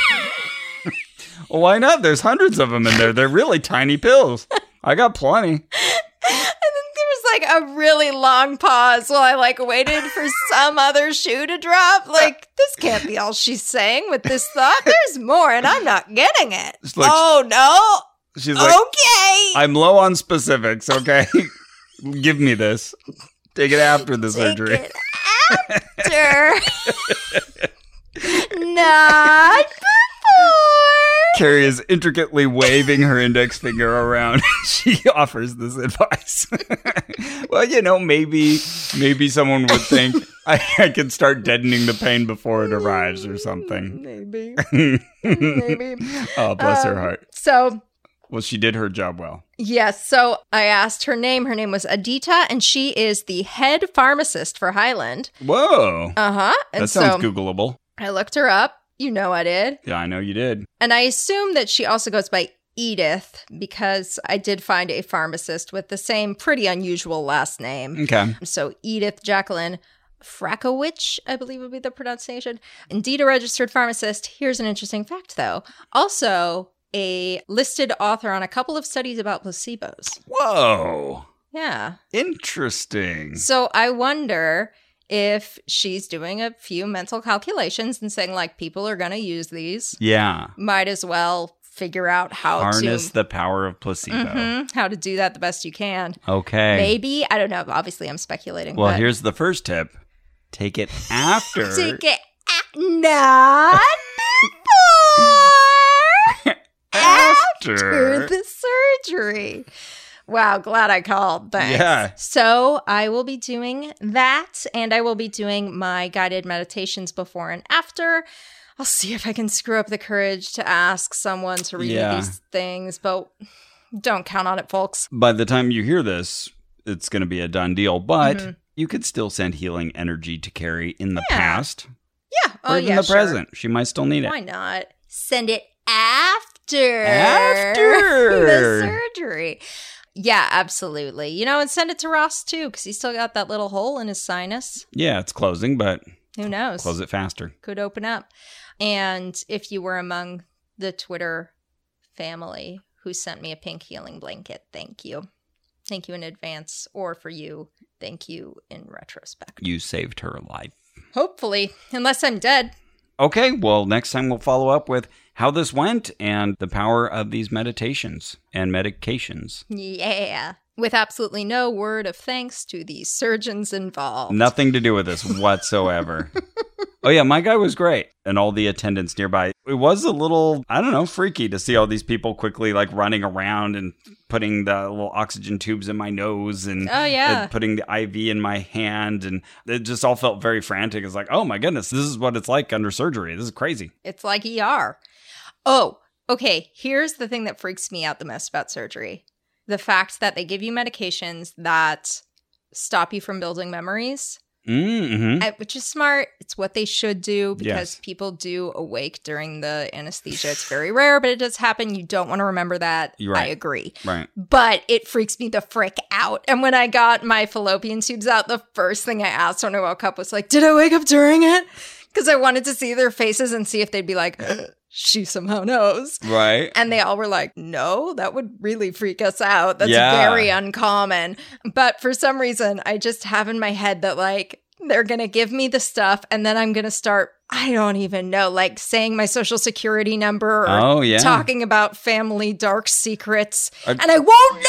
Speaker 1: Well, why not? There's hundreds of them in there. They're really tiny pills. I got plenty.
Speaker 2: and then there was like a really long pause while I like waited for some other shoe to drop. Like this can't be all she's saying with this thought. There's more, and I'm not getting it.
Speaker 1: It's like-
Speaker 2: oh no.
Speaker 1: She's like,
Speaker 2: Oh. okay.
Speaker 1: I'm low on specifics, okay? Give me this. Take it after the
Speaker 2: Take
Speaker 1: surgery.
Speaker 2: it after. Not before.
Speaker 1: Carrie is intricately waving her index finger around. she offers this advice. well, you know, maybe maybe someone would think I, I could start deadening the pain before it arrives or something.
Speaker 2: Maybe.
Speaker 1: oh,
Speaker 2: Maybe.
Speaker 1: bless her
Speaker 2: Um,
Speaker 1: heart.
Speaker 2: So,
Speaker 1: Well, she did her job well.
Speaker 2: yes. So I asked her name. Her name was Adita, and she is the head pharmacist for Highland.
Speaker 1: Whoa.
Speaker 2: Uh huh. And
Speaker 1: that sounds
Speaker 2: so
Speaker 1: Googleable.
Speaker 2: I looked her up. You know I did.
Speaker 1: Yeah, I know you did.
Speaker 2: And I assume that she also goes by Edith because I did find a pharmacist with the same pretty unusual last name.
Speaker 1: Okay.
Speaker 2: So Edith Jacqueline Frakowicz, I believe would be the pronunciation. Indeed, a registered pharmacist. Here's an interesting fact, though. Also, a listed author on a couple of studies about placebos.
Speaker 1: Whoa.
Speaker 2: Yeah.
Speaker 1: Interesting.
Speaker 2: So I wonder if she's doing a few mental calculations and saying, like, people are going to use these.
Speaker 1: Yeah.
Speaker 2: Might as well figure out how
Speaker 1: Harness
Speaker 2: to.
Speaker 1: the power of placebo.
Speaker 2: Mhm, how to do that the best you can.
Speaker 1: Okay.
Speaker 2: Maybe. I don't know. Obviously, I'm speculating.
Speaker 1: Well,
Speaker 2: but
Speaker 1: here's the first tip. Take it after.
Speaker 2: Take it a- not before after the surgery. Wow, glad I called. Thanks.
Speaker 1: Yeah.
Speaker 2: So I will be doing that, and I will be doing my guided meditations before and after. I'll see if I can screw up the courage to ask someone to read me
Speaker 1: Yeah.
Speaker 2: these things, but don't count on it, folks.
Speaker 1: By the time you hear this, it's going to be a done deal, but
Speaker 2: Mhm.
Speaker 1: you could still send healing energy to Carrie in the
Speaker 2: Yeah.
Speaker 1: past
Speaker 2: Yeah.
Speaker 1: or
Speaker 2: oh,
Speaker 1: even
Speaker 2: yeah.
Speaker 1: the
Speaker 2: sure.
Speaker 1: present. She might still need it.
Speaker 2: Why not? Send it after
Speaker 1: After.
Speaker 2: the surgery. Yeah, absolutely. You know, and send it to Ross too, because he's still got that little hole in his sinus.
Speaker 1: Yeah, it's closing, but
Speaker 2: Who knows?
Speaker 1: close it faster.
Speaker 2: Could open up. And if you were among the Twitter family who sent me a pink healing blanket, thank you. Thank you in advance, or for you, thank you in retrospect.
Speaker 1: You saved her life.
Speaker 2: Hopefully, unless I'm dead.
Speaker 1: Okay, well, next time we'll follow up with how this went and the power of these meditations and medications.
Speaker 2: Yeah. With absolutely no word of thanks to the surgeons involved.
Speaker 1: Nothing to do with this whatsoever. oh yeah, my guy was great, and all the attendants nearby. It was a little, I don't know, freaky to see all these people quickly like running around and putting the little oxygen tubes in my nose and
Speaker 2: Oh, yeah.
Speaker 1: and putting the IV in my hand, and it just all felt very frantic. It's like, oh my goodness, this is what it's like under surgery. This is crazy.
Speaker 2: It's like ER. Oh, okay. Here's the thing that freaks me out the most about surgery the fact that they give you medications that stop you from building memories,
Speaker 1: Mm-hmm.
Speaker 2: eh, which is smart. It's what they should do because
Speaker 1: Yes.
Speaker 2: people do awake during the anesthesia. It's very rare, but it does happen. You don't want to remember that.
Speaker 1: You're right.
Speaker 2: I agree.
Speaker 1: Right.
Speaker 2: But it freaks me the frick out. And when I got my fallopian tubes out, the first thing I asked when I woke up was like, "Did I wake up during it?" Because I wanted to see their faces and see if they'd be like, "She somehow knows."
Speaker 1: Right.
Speaker 2: And they all were like, "No, that would really freak us out. That's
Speaker 1: Yeah.
Speaker 2: very uncommon." But for some reason, I just have in my head that like they're going to give me the stuff and then I'm going to start I don't even know, like saying my social security number or
Speaker 1: Oh yeah.
Speaker 2: talking about family dark secrets
Speaker 1: I-
Speaker 2: and I won't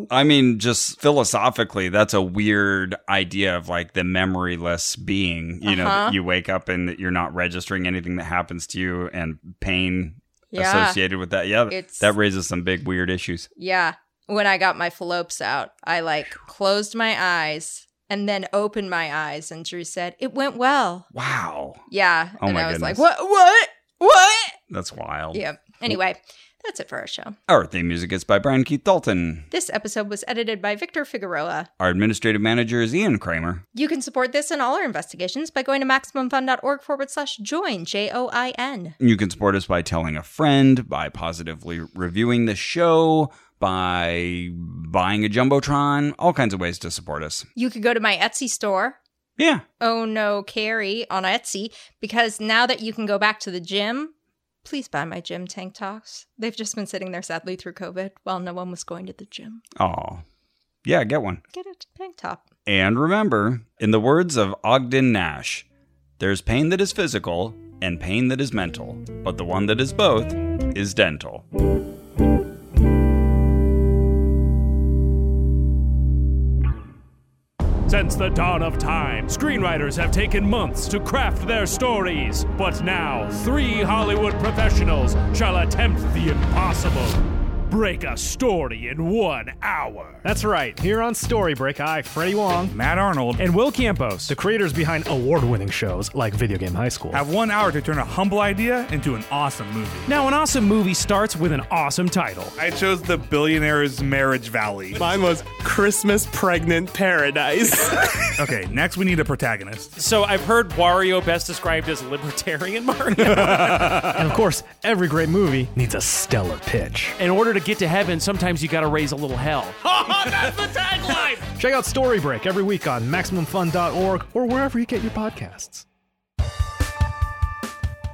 Speaker 2: know.
Speaker 1: I mean, just philosophically, that's a weird idea of like the memoryless being. You know,
Speaker 2: Uh-huh.
Speaker 1: that you wake up and that you're not registering anything that happens to you and pain
Speaker 2: Yeah.
Speaker 1: associated with that. Yeah,
Speaker 2: It's-
Speaker 1: that raises some big weird issues.
Speaker 2: Yeah. When I got my fallopes out, I like closed my eyes and then opened my eyes and Drew said, "It went well."
Speaker 1: Wow,
Speaker 2: Yeah.
Speaker 1: Oh
Speaker 2: and
Speaker 1: my
Speaker 2: I was like,
Speaker 1: goodness.
Speaker 2: "What? What? What?"
Speaker 1: that's wild.
Speaker 2: Yeah. Anyway, that's it for our show.
Speaker 1: Our theme music is by Brian Keith Dalton.
Speaker 2: This episode was edited by Victor Figueroa.
Speaker 1: Our administrative manager is Ian Kramer.
Speaker 2: You can support this and all our investigations by going to MaximumFun.org forward slash join, J O I N.
Speaker 1: You can support us by telling a friend, by positively reviewing the show, by buying a Jumbotron, all kinds of ways to support us.
Speaker 2: You could go to my Etsy store,
Speaker 1: Yeah.
Speaker 2: Oh No Carrie, on Etsy, because now that you can go back to the gym, please buy my gym tank tops. They've just been sitting there sadly through COVID while no one was going to the gym.
Speaker 1: Oh, yeah, get one.
Speaker 2: Get a tank top.
Speaker 1: And remember, in the words of Ogden Nash, there's pain that is physical and pain that is mental, but the one that is both is dental.
Speaker 6: Since the dawn of time, screenwriters have taken months to craft their stories. But now, three Hollywood professionals shall attempt the impossible break a story in one hour.
Speaker 7: That's right. Here on Story Break, I, Freddie Wong,
Speaker 8: Matt Arnold
Speaker 7: and Will Campos,
Speaker 8: The
Speaker 7: the creators behind award winning shows like Video Game High School.
Speaker 8: have one hour to turn a humble idea into an awesome movie.
Speaker 7: Now, an awesome movie starts with an awesome title.
Speaker 8: I chose The Billionaire's Marriage Valley.
Speaker 9: Mine was Christmas Pregnant Paradise.
Speaker 8: Okay, next we need a protagonist.
Speaker 10: So I've heard Wario best described as libertarian Mario.
Speaker 7: And of course, every great movie needs a stellar pitch.
Speaker 10: In order to get to heaven, sometimes you gotta raise a little hell. Oh, that's the tagline!
Speaker 7: Check out Story Break every week on MaximumFun.org or wherever you get your podcasts.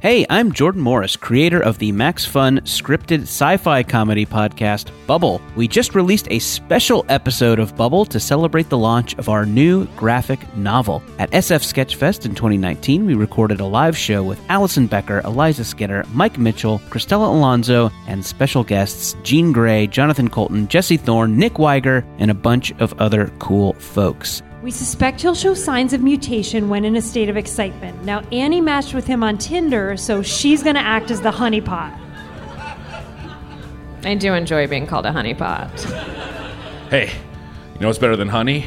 Speaker 11: Hey, I'm Jordan Morris, creator of the Max Fun scripted sci fi comedy podcast, Bubble. We just released a special episode of Bubble to celebrate the launch of our new graphic novel. At SF Sketchfest in 2019, we recorded a live show with Allison Becker, Eliza Skinner, Mike Mitchell, Cristela Alonso, and special guests Gene Gray, Jonathan Colton, Jesse Thorne, Nick Weiger, and a bunch of other cool folks.
Speaker 12: We suspect he'll show signs of mutation when in a state of excitement. Now, Annie matched with him on Tinder, so she's going to act as the honeypot. I do enjoy being called a honeypot.
Speaker 13: Hey, you know what's better than honey?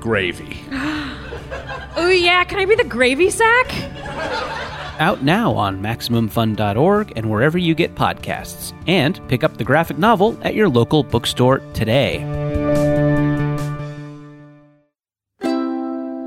Speaker 13: Gravy.
Speaker 12: Oh, yeah, can I be the gravy sack?
Speaker 11: out now on MaximumFun.org and wherever you get podcasts. And pick up the graphic novel at your local bookstore today.